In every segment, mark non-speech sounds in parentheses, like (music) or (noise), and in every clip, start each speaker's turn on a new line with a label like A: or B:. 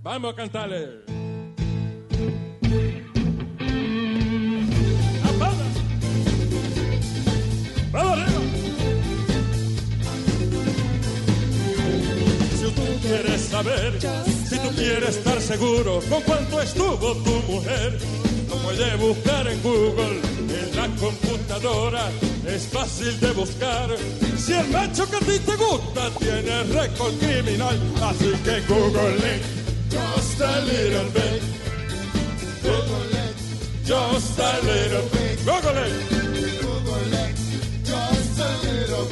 A: Vamos a cantarle. ¡Aplaudan! ¡Vamos arriba! Si tú quieres saber, si tú quieres estar seguro con cuánto estuvo tu mujer, lo puedes buscar en Google, en la computadora. Es fácil de buscar. Si el macho que a ti te gusta tiene récord criminal, así que Google it just a little bit. Google it just a little bit. Google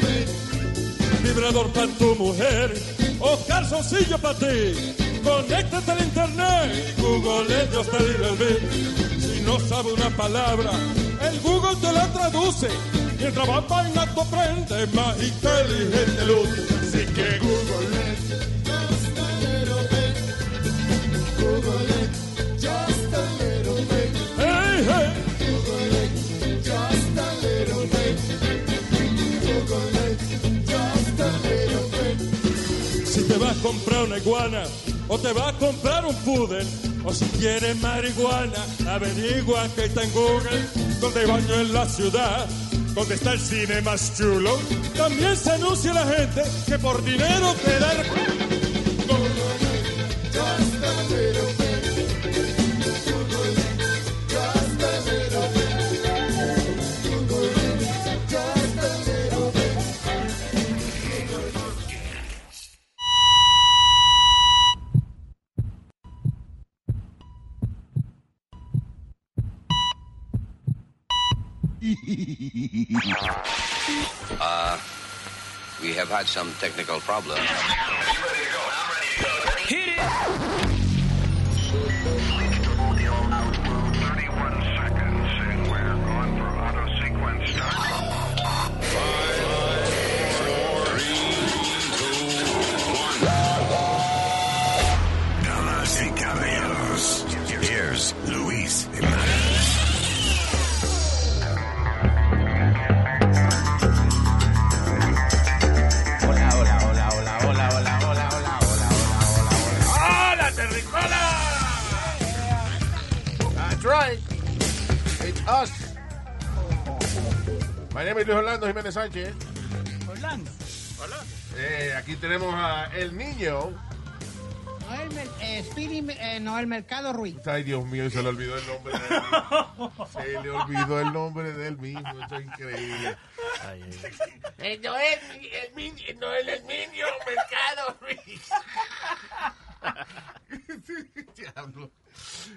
A: it. vibrador para tu mujer o calzoncillo para ti. Conéctate al internet y Google ellos te Si no sabe una palabra, el Google te la traduce. Mientras va bailando aprende más inteligente luz. Así que Google hey, hey. Si te vas a comprar una iguana o te vas a comprar un pudel o si quieres marihuana, averigua que está en Google donde hay baño en la ciudad, donde está el cine más chulo. También se anuncia a la gente que por dinero te da el...
B: We have had some technical problems.
C: Damas y caballeros, here's Luis
D: Hola, hola, hola, hola, hola, hola, hola, hola, hola, hola, hola, hola. ¡Hola, Terricola! That's right. It's us. My name is Luis Orlando Jiménez Sánchez.
E: Orlando.
D: Eh, aquí tenemos a El Niño.
E: No el, mer- eh, Speedy, eh, no el Mercado Ruiz.
D: Ay, Dios mío, se le olvidó el nombre. de él. Se le olvidó el nombre de él mismo. Esto es increíble.
F: Eh, no es el niño, no es el niño mercado, Luis.
D: (laughs) Diablo.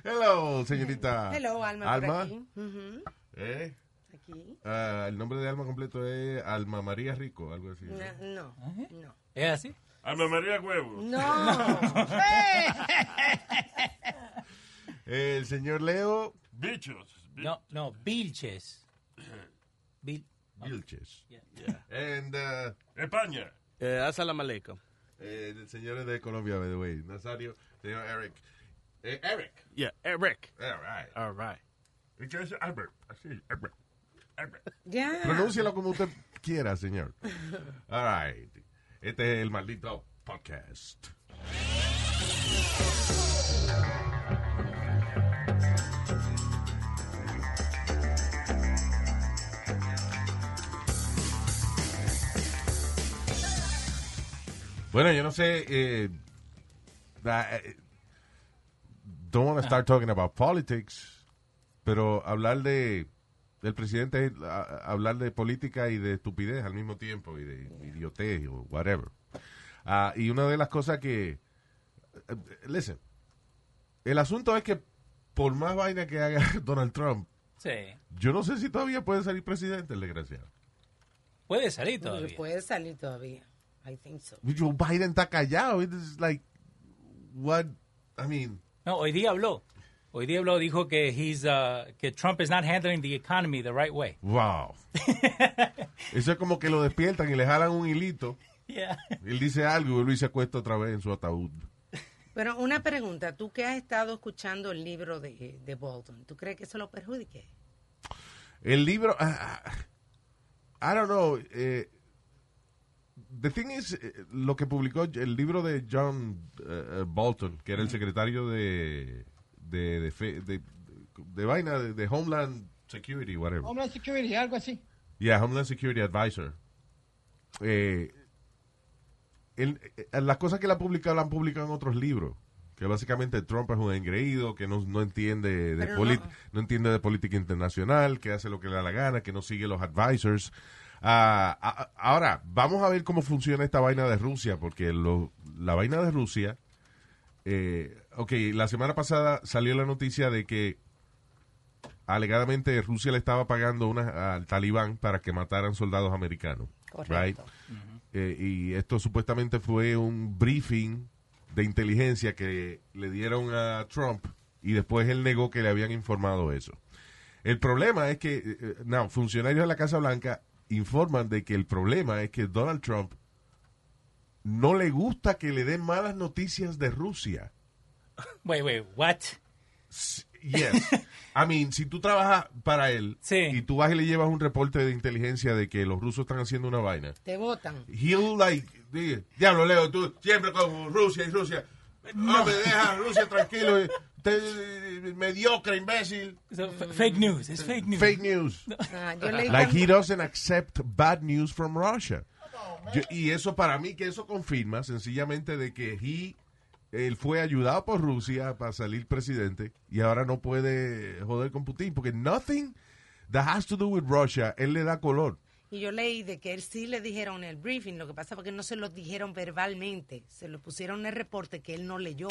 D: Hello, señorita.
G: Hello, Alma.
D: Alma.
G: Por aquí. Ujú,
D: ¿Eh?
G: aquí.
D: Ah, el nombre de Alma completo es Alma María Rico, algo así. ¿no?
G: Na- No, no.
H: ¿Es así?
A: Alma María Huevo.
G: No.
D: El señor Leo
A: Bichos.
H: No, no, Vilches. Vil-
D: Vilches. And, uh,
A: España.
I: Eh, Assalamu alaikum.
D: eh, el señor de Colombia, by the way. Nazario, señor Eric. Eh, Eric.
I: Yeah, Eric.
D: All right.
I: All right.
A: ¿Y qué es Uh, Albert? Así, Albert. Albert.
G: Ya.
D: Pronúncialo como usted quiera, señor. All right. Este es el maldito podcast. Bueno, yo no sé. Eh, da- eh, don't want to start talking about politics, pero hablar de del presidente es a- a- hablar de política y de estupidez al mismo tiempo y de idiotez o whatever. Ah, y una de las cosas que eh, listen, el asunto es que por más vaina que haga (laughs) Donald Trump,
H: Sí.
D: yo no sé si todavía puede salir presidente el desgraciado.
H: Puede salir todavía.
G: Puede salir todavía. I think so.
D: Joe Biden está callado. It's like what I mean.
H: No, hoy día habló. Hoy día habló, dijo que, he's, uh, que Trump is not handling the economy the right way.
D: Wow. Eso es como que lo despiertan y le jalan un hilito.
H: Yeah.
D: Él dice algo y Luis se acuesta otra vez en su ataúd.
G: Pero una pregunta, tú que has estado escuchando el libro de, de Bolton, ¿tú crees que eso lo perjudique?
D: El libro. ah, ah, I don't know. eh, the thing is, eh, lo que publicó el libro de John eh, eh, Bolton, que era el secretario de de, de, fe- de- de vaina de, de Homeland Security, whatever.
E: Homeland Security, algo así.
D: Yeah, Homeland Security Advisor. Eh, él- eh, las cosas que él ha publicado, la han publicado en otros libros. Que básicamente Trump es un engreído, que no, no entiende de
G: Pero
D: polit-
G: no-
D: no. entiende de política internacional, que hace lo que le da la gana, que no sigue los advisors. Ah, a- a- ahora, vamos a ver cómo funciona esta vaina de Rusia, porque lo- la vaina de Rusia... Eh, ok, la semana pasada salió la noticia de que alegadamente Rusia le estaba pagando una, al talibán para que mataran soldados americanos.
G: Correcto.
D: Eh, y esto supuestamente fue un briefing de inteligencia que le dieron a Trump y después él negó que le habían informado eso. El problema es que, eh, eh, no, funcionarios de la Casa Blanca informan de que el problema es que Donald Trump no le gusta que le den malas noticias de Rusia.
H: (laughs) Wait, wait, what?
D: Yes. I mean, si tú trabajas para él
H: Sí.
D: y tú vas y le llevas un reporte de inteligencia de que los rusos están haciendo una vaina,
G: Te votan.
D: he'll like, diga, diablo Leo, tú siempre con Rusia y Rusia, no me dejas Rusia tranquilo, eh, te- mediocre, imbécil,
H: So, f- fake news. It's fake news.
D: fake news.
G: Ah, yo leí
D: Like he
G: también-
D: doesn't accept bad news from Russia. Yo- y eso para mí que eso confirma sencillamente de que he, él fue ayudado por Rusia para salir presidente y ahora no puede joder con Putin porque nothing that has to do with Russia él le da color.
G: y yo leí de que él sí le dijeron el briefing, lo que pasa fue que no se lo dijeron verbalmente, se lo pusieron en el reporte que él no leyó.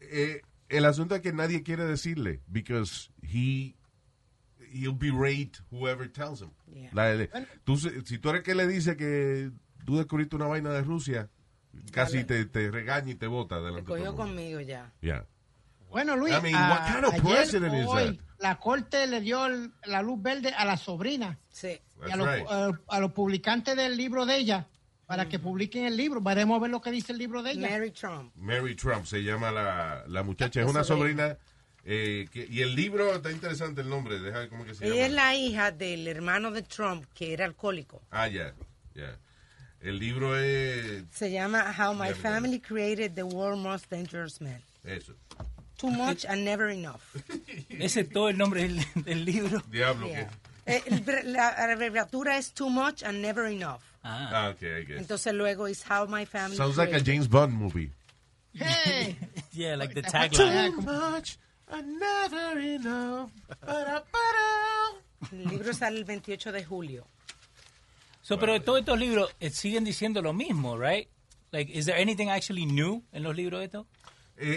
D: Eh, el asunto es que nadie quiere decirle because he he'll berate whoever tells him.
G: Yeah.
D: La- le- tú se- si tú eres que le dice que tú descubriste una vaina de Rusia casi te, te regaña y te bota
G: Se
D: delante de todo el
G: cogió
D: mundo.
G: conmigo ya.
D: Yeah.
E: Bueno, Luis,
D: I mean,
E: a-
D: what kind of
E: ayer
D: president
E: o
D: is
E: hoy,
D: that?
E: la corte le dio el- la luz verde a la sobrina
G: Sí.
E: y a
D: That's
E: los,
D: right.
G: eh.
E: a- a los publicantes del libro de ella para que publiquen el libro. Veremos a ver lo que dice el libro de ella.
G: Mm. Mary Trump.
D: Mary Trump se llama la, la muchacha, es una sobrina. eh, que- y el libro está interesante el nombre, deja cómo que se
G: Ella es
D: llama.
G: la hija del hermano de Trump que era alcohólico.
D: Ah, ya, ya. El libro es
G: Se llama How My
D: Ya, mira.
G: Family Created the World's Most Dangerous Man.
D: eso.
G: Too much and
D: (laughs)
G: never enough.
H: Ese es todo el nombre del, del libro.
D: Diablo
G: Yeah.
D: que.
G: Eh, el bre- la abreviatura es Too much and never enough.
H: Ah.
D: Ah, ok, I guess.
G: Entonces luego es How My Family
D: Sounds like a
G: Created-
D: James Bond movie.
G: (laughs)
E: Hey,
H: (laughs) Yeah, like (laughs) the
E: Ah,
H: tagline.
E: como-
D: much, never enough.
G: El libro sale el 28 de julio.
H: So, pero todos estos libros eh, siguen diciendo lo mismo, right? Like, is there anything actually new en los libros estos?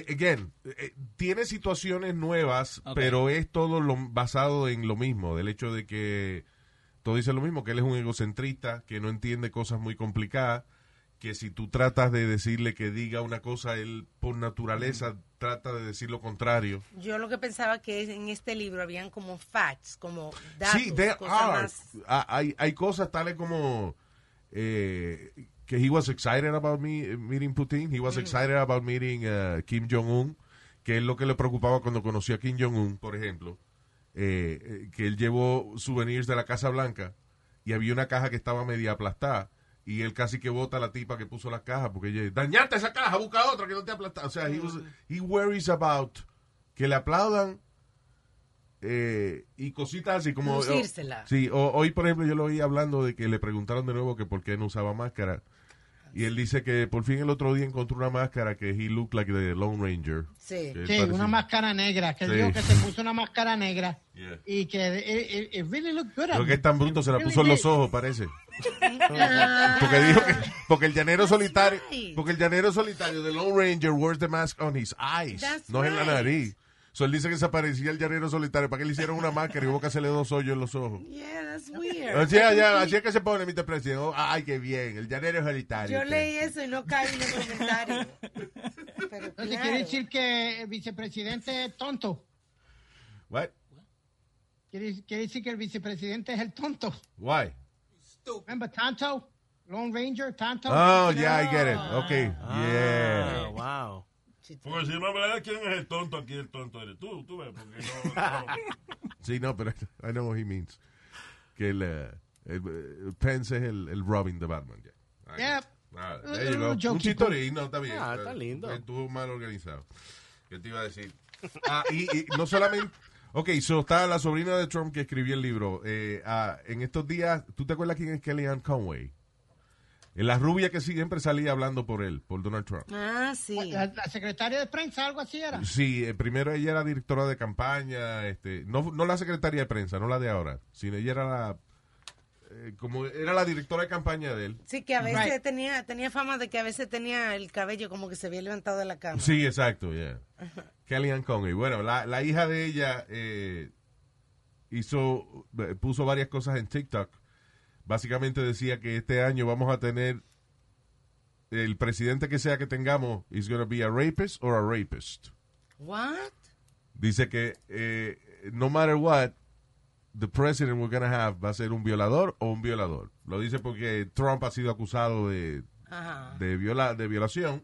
D: again, eh, tiene situaciones nuevas,
H: Ok.
D: pero es todo lo, basado en lo mismo, del hecho de que todo dice lo mismo, que él es un egocentrista, que no entiende cosas muy complicadas, que si tú tratas de decirle que diga una cosa, él por naturaleza trata de decir lo contrario.
G: Yo lo que pensaba que es- en este libro habían como facts, como datos,
D: sí, there
G: cosas
D: are.
G: más.
D: Ah, Hay, hay cosas tales como eh, que he was excited about me, eh, meeting Putin, he was
G: Mm.
D: excited about meeting uh, Kim Jong-un, que es lo que le preocupaba cuando conoció a Kim Jong-un, por ejemplo, eh, eh, que él llevó souvenirs de la Casa Blanca y había una caja que estaba media aplastada. Y él casi que bota a la tipa que puso la caja porque ella dañate esa caja, busca otra que no te aplasta. O sea, he,
G: Mm.
D: was- he worries about que le aplaudan eh, y cositas así como...
G: Lucírsela.
D: sí, o- hoy por ejemplo yo lo oí hablando de que le preguntaron de nuevo que por qué no usaba máscara. Y él dice que por fin el otro día encontró una máscara que he looked like the Lone Ranger.
G: Sí.
D: Que
E: Sí,
D: parece-
E: una máscara negra. Que
D: Sí.
E: dijo que se puso una máscara negra
D: Yeah.
E: y que it, it- it really looked good.
D: Lo que es tan bruto se la puso en los ojos,
G: (laughs)
D: parece. Porque dijo que porque el llanero solitario,
G: right.
D: porque el llanero solitario de Lone Ranger wears the mask on his eyes,
G: That's
D: no en la
G: right.
D: nariz. So él dice que se parecía el llanero solitario para que le hicieron una máscara y hubo que hacerle dos hoyos en los ojos.
G: Yeah, that's weird.
D: Así, es, ya, así es que se pone, Mr. President. Oh, ay, qué bien, el llanero solitario.
G: Yo leí eso y no caí en el comentario. Pero
E: Entonces quiere
G: claro,
E: decir que el vicepresidente es tonto.
D: What?
E: Quiere, quiere decir que el vicepresidente es el tonto.
D: Why?
E: Remember Tonto? Lone Ranger, Tonto.
D: Oh, yeah, I get it. Okay, yeah.
I: Ah, wow.
A: Porque si no me da quién es el tonto aquí, el tonto eres tú, tú ves, porque no- no.
D: (laughs) Sí, no, pero I know what he means. Que el, eh, el, eh, Pence es el, el Robin de Batman. ya.
E: Yep.
D: Ah,
E: No,
D: there you
E: no,
D: go.
E: no,
D: Un
E: joking.
D: chitorino está bien.
I: Ah, está lindo.
D: Estuvo mal organizado. Yo te iba a decir. Ah, y, y no solamente. Ok, so está la sobrina de Trump que escribió el libro. Eh, ah, en estos días, ¿tú te acuerdas quién es Kellyanne Conway? Eh, La rubia que siempre salía hablando por él, por Donald Trump.
G: Ah, sí.
E: La, la secretaria de prensa, algo así era.
D: Sí, eh, primero ella era directora de campaña, este, no, no la secretaria de prensa, no la de ahora, sino ella era la, eh, como era la directora de campaña de él.
G: Sí, que a veces
E: Right.
G: tenía, tenía fama de que a veces tenía el cabello como que se había levantado de la cama.
D: Sí, exacto, yeah. Kellyanne Conway. Bueno, la, la hija de ella eh, hizo, eh, puso varias cosas en TikTok. Básicamente decía que este año vamos a tener el presidente que sea que tengamos is going to be a rapist or a rapist.
G: What?
D: Dice que eh, no matter what, the president we're going to have va a ser un violador o un violador. Lo dice porque Trump ha sido acusado de,
G: Ajá.
D: de, viola, de violación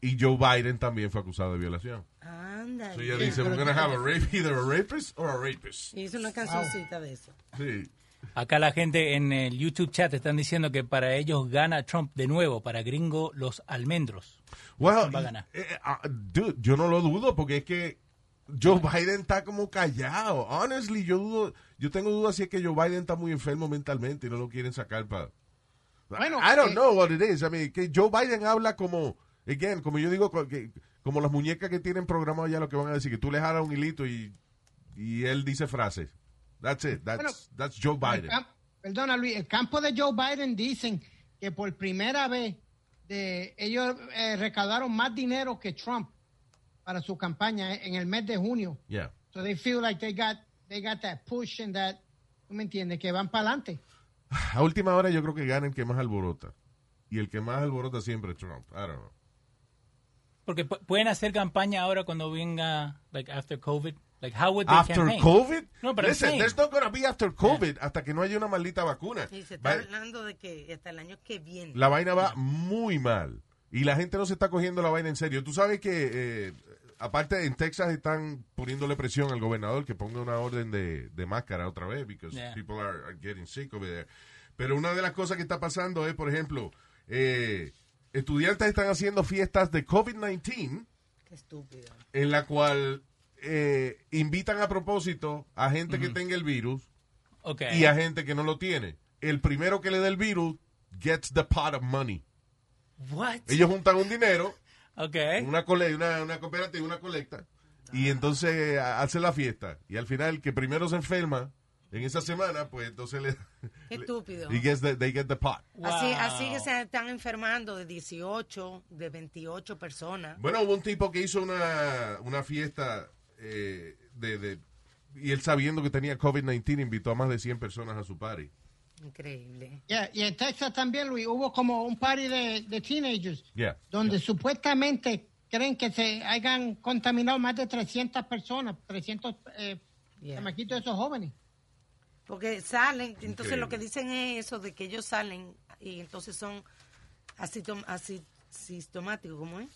D: y Joe Biden también fue acusado de violación.
G: Anda.
D: So ella dice, we're gonna have a rape, either a rapist or a rapist.
G: Hizo una cancioncita de eso.
D: Sí.
H: Acá la gente en el YouTube chat están diciendo que para ellos gana Trump de nuevo, para gringo los almendros.
D: Well,
H: Va a ganar.
D: eh, ah, dude, yo no lo dudo porque es que Joe Biden está como callado. Honestly, yo dudo, yo tengo dudas si es que Joe Biden está muy enfermo mentalmente y no lo quieren sacar para...
E: Bueno,
D: I don't
E: eh,
D: know what it is. I mean, que Joe Biden habla como, again, como yo digo, co- que- como las muñecas que tienen programado ya lo que van a decir, que tú le jalas un hilito y, y él dice frases. That's it. That's, that's Joe
E: El
D: Biden.
E: cam- Perdona, Luis, el campo de Joe Biden dicen que por primera vez de, ellos eh, recaudaron más dinero que Trump para su campaña eh, en el mes de junio.
D: Yeah.
E: So they feel like they got, they got that push and that, ¿tú me entiendes? Que van para adelante.
D: A última hora yo creo que gana el que más alborota. Y el que más alborota siempre es Trump. I don't know.
H: Porque pu- pueden hacer campaña ahora cuando venga, like after COVID. Like how would they
D: After
H: campaign?
D: COVID?
H: No, but I'm
D: Listen,
H: saying-
D: there's not gonna be after COVID hasta que no haya una maldita vacuna.
G: Y se está
D: Va-
G: hablando de que hasta el año que viene.
D: la vaina va muy mal. Y la gente no se está cogiendo la vaina en serio. Tú sabes que, eh, aparte, en Texas están poniéndole presión al gobernador que ponga una orden de, de máscara otra vez, because
H: Yeah.
D: people are, are getting sick over there. Pero una de las cosas que está pasando es, por ejemplo, eh, estudiantes están haciendo fiestas de COVID-19
G: Qué estúpido.
D: en la cual eh, invitan a propósito a gente que tenga el virus
H: Okay.
D: y a gente que no lo tiene. El primero que le dé el virus gets the pot of money.
H: What?
D: Ellos juntan un dinero,
H: Okay.
D: una, cole- una, una cooperativa, una colecta, y entonces a- hacen la fiesta. Y al final, el que primero se enferma en esa semana, pues entonces le. (laughs)
G: Qué
D: le-
G: estúpido.
D: he gets the- they get the pot.
G: Así,
H: Wow.
G: así que se están enfermando de 18, de 28 personas.
D: Bueno, hubo un tipo que hizo una, una fiesta eh, de, de- Y él sabiendo que tenía COVID-19 invitó a más de 100 personas a su party.
G: Increíble.
E: Yeah, y en Texas también, Luis, hubo como un party de, de teenagers
D: Yeah.
E: donde supuestamente creen que se hayan contaminado más de 300 personas, 300 eh,
G: Yeah.
E: chamaquitos de esos jóvenes.
G: Porque salen, entonces
D: Increíble.
G: lo que dicen es eso de que ellos salen y entonces son asitom- asi- sintomáticos, ¿cómo es?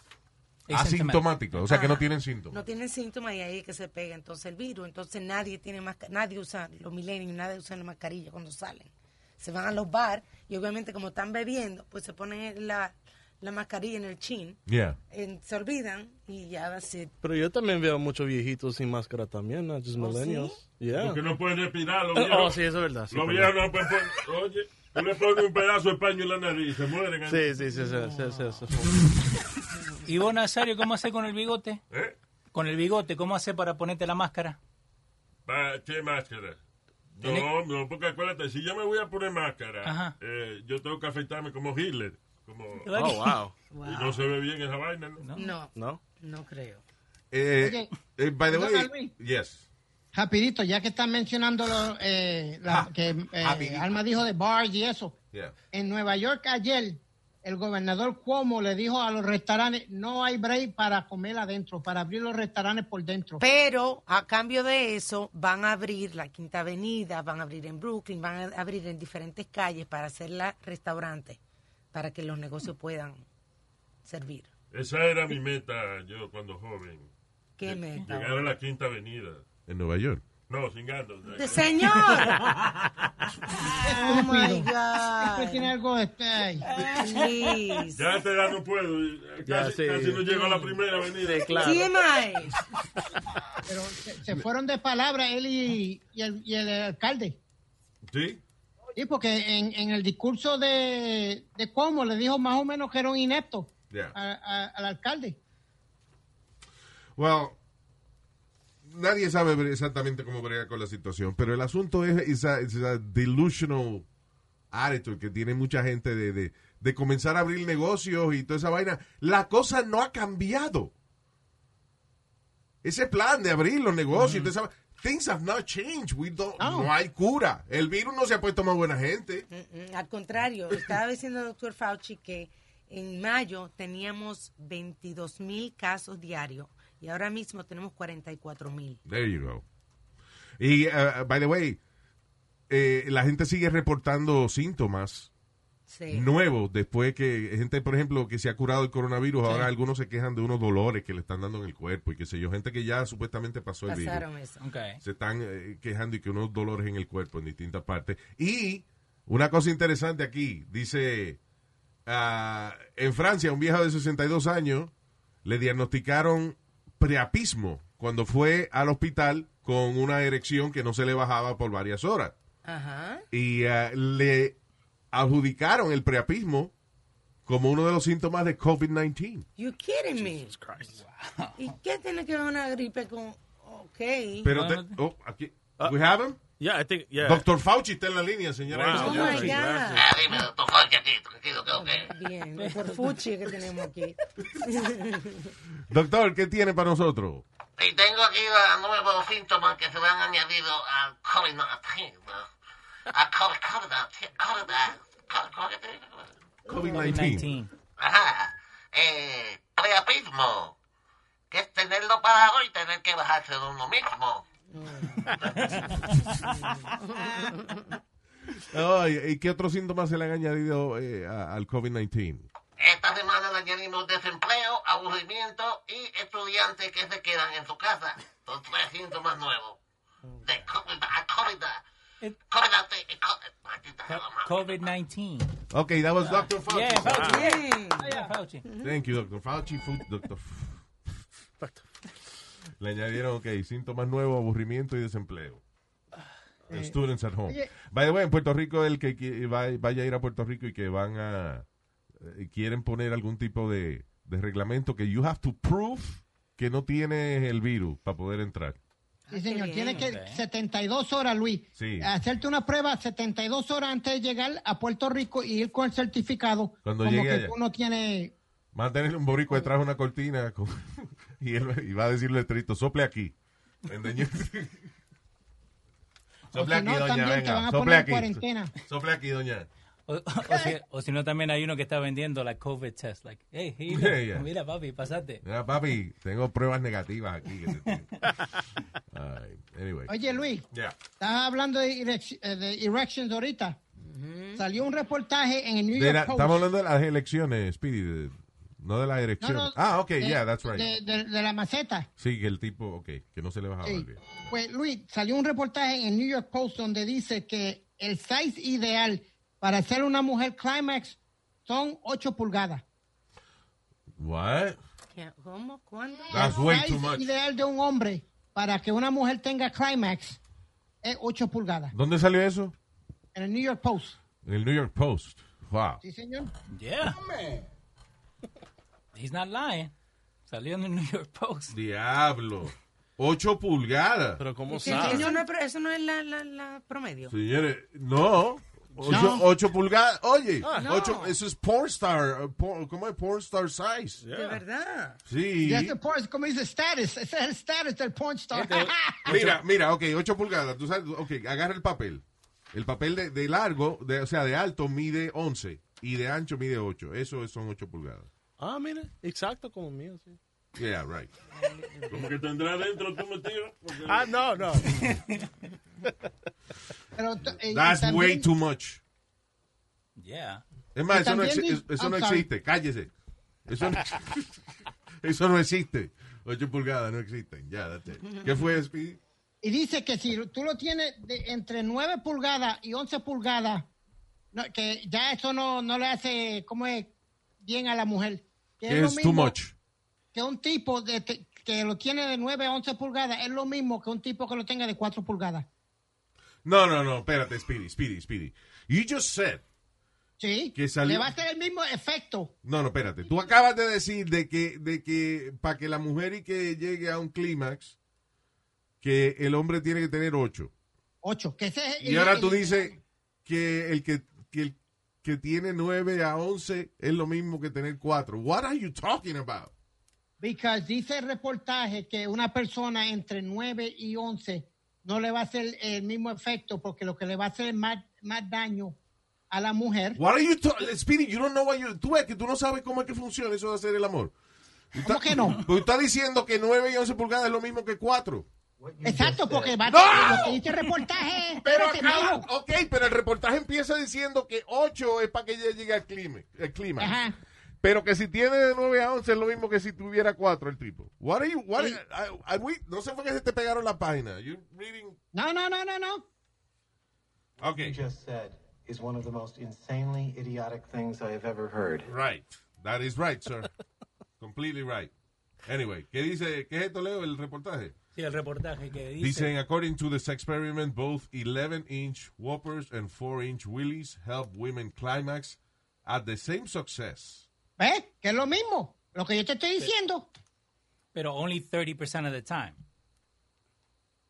D: Asintomático, o sea que
G: Ajá.
D: no tienen síntomas.
G: No tienen síntomas y ahí es que se pega entonces el virus. Entonces nadie tiene masca- nadie usa, los millennials, nadie usa la mascarilla cuando salen. Se van a los bar y obviamente como están bebiendo, pues se ponen la, la mascarilla en el chin,
D: Yeah.
G: en- se olvidan y ya se...
I: Pero yo también veo muchos viejitos sin máscara también, not just millennials. Yeah.
A: ¿Ah, Porque no pueden respirar, los
I: Oh,
A: viejos.
I: sí, eso es verdad. Sí,
A: los
I: perdón.
A: viejos no pueden poner- Oye, tú le pones un pedazo de paño en la nariz, se mueren. ¿eh? ahí.
I: sí, sí, sí, sí, sí, sí, sí, sí.
H: Ivo Nazario, ¿cómo hace con el bigote?
A: ¿Eh?
H: Con el bigote, ¿cómo hace para ponerte la máscara?
A: Pa- ¿Qué máscara? No,
H: Tiene-
A: no, porque acuérdate, si yo me voy a poner máscara,
H: Ajá.
A: eh, yo tengo que afeitarme como Hitler. Como,
I: Oh, wow.
A: Y no se ve bien esa vaina, ¿no?
G: No,
I: No?
G: no creo.
D: Eh, eh, by the way,
E: Oye, Luis.
D: yes.
E: Rapidito, ya que están mencionando lo, eh, la-
D: Ja,
E: que eh,
D: rapidito.
E: Alma dijo de bars y eso.
D: Yeah.
E: En Nueva York ayer, el gobernador Cuomo le dijo a los restaurantes, no hay break para comer adentro, para abrir los restaurantes por dentro.
G: Pero a cambio de eso van a abrir la Quinta Avenida, van a abrir en Brooklyn, van a abrir en diferentes calles para hacerla restaurantes, para que los negocios puedan servir.
A: Esa era mi meta yo cuando joven.
G: ¿Qué meta?
A: Llegar a la Quinta Avenida.
D: En Nueva York.
A: No, sin gato. o sea,
G: ¡De señor!
A: (laughs)
G: oh my
E: Siempre
G: God.
E: tiene algo este ahí.
G: Please.
A: Ya a esta edad no puedo. y Casi,
I: Ya, sí.
A: casi no llego a la primera avenida.
I: claro.
G: TMI.
E: Pero se, se fueron de palabra él y, y el, y el alcalde.
A: ¿Sí?
E: Sí, porque en, en el discurso de, de Cuomo le dijo más o menos que era un inepto
D: Yeah.
E: a- a- al alcalde.
D: Well, nadie sabe bre- exactamente cómo bregar con la situación, pero el asunto es esa, esa delusional attitude que tiene mucha gente de, de- de comenzar a abrir negocios y toda esa vaina. La cosa no ha cambiado. Ese plan de abrir los negocios, y toda esa va- things have not changed. We don't-
E: No.
D: No hay cura. El virus no se ha puesto más buena gente.
G: Mm-mm, Mm,
D: (coughs)
G: Al contrario, estaba diciendo el doctor Fauci que en mayo teníamos 22 mil casos diarios y ahora mismo tenemos 44 mil.
D: There you go. Y, uh, by the way, eh, la gente sigue reportando síntomas.
G: Sí.
D: nuevos después que gente, por ejemplo, que se ha curado el coronavirus, ahora algunos se quejan de unos dolores que le están dando en el cuerpo y qué sé yo, gente que ya supuestamente pasó el virus.
G: pasaron eso.
H: Okay.
D: Se están eh, quejando y que unos dolores en el cuerpo en distintas partes. Y una cosa interesante aquí, dice, ah, en Francia un viejo de 62 años le diagnosticaron preapismo cuando fue al hospital con una erección que no se le bajaba por varias horas
G: Ajá.
D: y ah, le adjudicaron el preapismo como uno de los síntomas de COVID-19.
G: You kidding me. ¿Y qué tiene que ver una gripe con ok?
D: Pero, te- oh, aquí, we have him.
I: Yeah, I think, yeah.
D: Doctor Fauci está en la línea, señora.
G: oh
I: Wow.
D: Señora.
G: my God.
F: Ah, dime, doctor Jorge, aquí, tranquilo, que ok.
G: Bien, el porfuchi que tenemos aquí.
D: Doctor, ¿qué tiene para nosotros?
E: Oh,
F: Y tengo aquí los nuevos síntomas que se han añadido al COVID-19. ¿no? A COVID, ah, COVID-19, COVID-19, COVID-19.
D: COVID-19.
F: Ajá. Eh, preapismo. Que es tenerlo parado y tener que bajarse de uno mismo.
D: Ay, ¿Y qué otros síntomas se le han añadido eh, a- al COVID-19?
F: Esta semana le añadimos desempleo, aburrimiento y estudiantes que se quedan en su casa. Son tres síntomas nuevos. De COVID, a COVID,
H: It-
F: COVID, COVID, maldita sea la madre.
H: COVID-19.
D: Ok, that was Dr. Fauci.
H: Yeah, Fauci.
G: Bien.
H: Yeah, Fauci.
D: Thank you, Dr. Fauci. Fu- Dr. F- Le añadieron, ok, síntomas nuevos, aburrimiento y desempleo. And Students at home.
E: Oye.
D: By the way, en Puerto Rico, el que qui- va- vaya a ir a Puerto Rico y que van a. eh, quieren poner algún tipo de, de reglamento que you have to prove que no tienes el virus para poder entrar.
E: Sí, señor,
G: Ah, qué
E: tiene
G: bien.
E: que 72 horas, Luis.
D: Sí.
E: Hacerte una prueba 72 horas antes de llegar a Puerto Rico y ir con el certificado.
D: Cuando
E: como
D: llegue
E: que
D: allá.
E: uno tiene.
D: Van a tener un boricua detrás de una cortina con- (laughs) y, él, y va a decirle estricto, sople aquí. And (laughs)
E: (laughs)
D: then you-
E: O
D: sople
E: si
D: aquí,
E: no,
D: doña,
E: también te van
D: venga.
E: a
D: Sople
E: poner en
D: aquí.
E: cuarentena.
D: (laughs) Sople aquí, doña.
H: O, o, si, o si no, también hay uno que está vendiendo like COVID test. Like, hey, here you go.
D: Yeah, yeah.
H: mira, papi, pasate.
D: Mira, papi, tengo pruebas negativas aquí. que te tengo. Ay, anyway.
E: Oye, Luis,
D: Yeah.
E: estabas hablando de, erec- eh, de erections ahorita. Salió un reportaje en el New
D: De
E: York
D: la-
E: Post.
D: estamos hablando de las elecciones, Speedy, de- no de las
E: No,
D: erecciones.
E: no,
D: ah, ok,
E: de-
D: yeah, that's right.
E: De, de- de la maceta.
D: sí, que el tipo, ok, que no se le bajaba el
E: Sí.
D: Ah, bien.
E: Pues Luis, salió un reportaje en el New York Post donde dice que el size ideal para ser una mujer climax son 8 pulgadas.
D: What?
G: ¿Cómo? ¿Cuándo?
D: That's
E: el
D: way
E: size
D: too much.
E: ideal de un hombre para que una mujer tenga climax es 8 pulgadas.
D: ¿Dónde salió eso?
E: En el New York Post.
D: En el New York Post. Wow.
E: Sí, señor.
H: Yeah. He's not lying. Salió en el New York Post.
D: Diablo. 8 pulgadas.
I: Pero ¿cómo
G: Sí,
I: sabe?
G: Eso no, es pro- eso no es la, la, la promedio.
D: Señores, no. 8,
E: No.
D: pulgadas. Oye,
G: No.
D: ocho- eso es porn star. eh, por- ¿Cómo es porn star size?
G: De verdad.
D: Sí.
E: Y ese porn, como este dice status, ese es el status del porn star.
D: Este- Mira, mira, ok, 8 pulgadas. Tú sabes, ok, agarra el papel. El papel de, de largo, de, o sea, de alto mide 11 y de ancho mide 8. Eso es- son 8 pulgadas.
I: Ah, mire, exacto como mío. Sí.
D: Yeah, right.
A: Como que tendrá adentro tú metido. porque-
I: Ah, no, no.
E: (laughs) Pero t- eh, y
D: That's
E: también-
D: way too much.
H: Yeah.
D: Es más,
E: Y
D: eso no,
E: también
D: exi-
E: dice-
D: eso
E: I'm
D: no
E: sorry.
D: existe. Cállese. Eso no, (laughs) eso no existe. 8 pulgadas no existen. Ya, that's it. ¿Qué fue, Speedy?
E: Y dice que si tú lo tienes de entre 9 pulgadas y 11 pulgadas, no, que ya eso no, no le hace como es, bien a la mujer. Que
D: Que
E: lo
D: es too
E: mismo
D: much.
E: Que un tipo de, te- que lo tiene de 9 a 11 pulgadas es lo mismo que un tipo que lo tenga de 4 pulgadas.
D: No, no, no, espérate, Speedy, Speedy, Speedy. You just said.
E: Sí.
D: Que salió-
E: Le va a hacer el mismo efecto.
D: No, no, espérate. Tú acabas de decir de que, de que para que la mujer y que llegue a un clímax, que el hombre tiene que tener ocho.
E: 8. Que ese es
D: Y
E: el-
D: ahora tú
E: el-
D: dices que el que, que el que tiene 9 a 11 es lo mismo que tener 4. What are you talking about?
E: Because dice el reportaje que una persona entre 9 y 11 no le va a hacer el mismo efecto porque lo que le va a hacer es más, más daño a la mujer.
D: What are you talking Speedy, you don't know what you Tú ves que tú no sabes cómo es que funciona eso de hacer el amor.
E: ¿Cómo
D: (laughs)
E: que no?
D: Tú estás diciendo que 9 y 11 pulgadas es lo mismo que 4.
E: Exacto, porque va a
D: ¡No!
E: lo que dice el reportaje. es-
D: Pero
E: espérate,
D: acaba,
E: mijo.
D: ok, pero el reportaje empieza diciendo que 8 es para que ella llegue al clima. El clima.
E: Ajá.
D: Pero que si tiene de 9 a 11 es lo mismo que si tuviera 4 el tipo. What are you, what are- I- I- we- no sé por qué se te pegaron la página. You reading.
E: No, no, no, no, no.
D: Okay.
J: just said is one of the most insanely idiotic things I have ever heard.
D: Right. That is right,
E: (laughs)
D: sir. Completely right. Anyway, ¿qué dice? ¿Qué es esto, Leo, el reportaje?
H: Sí, el reportaje que dice.
D: Dicen, according to this experiment, both 11-inch whoppers and 4-inch wheelies help women climax at the same success.
E: ¿Ves? Que es lo mismo. Lo que yo te estoy diciendo.
H: Pero only 30% of the time.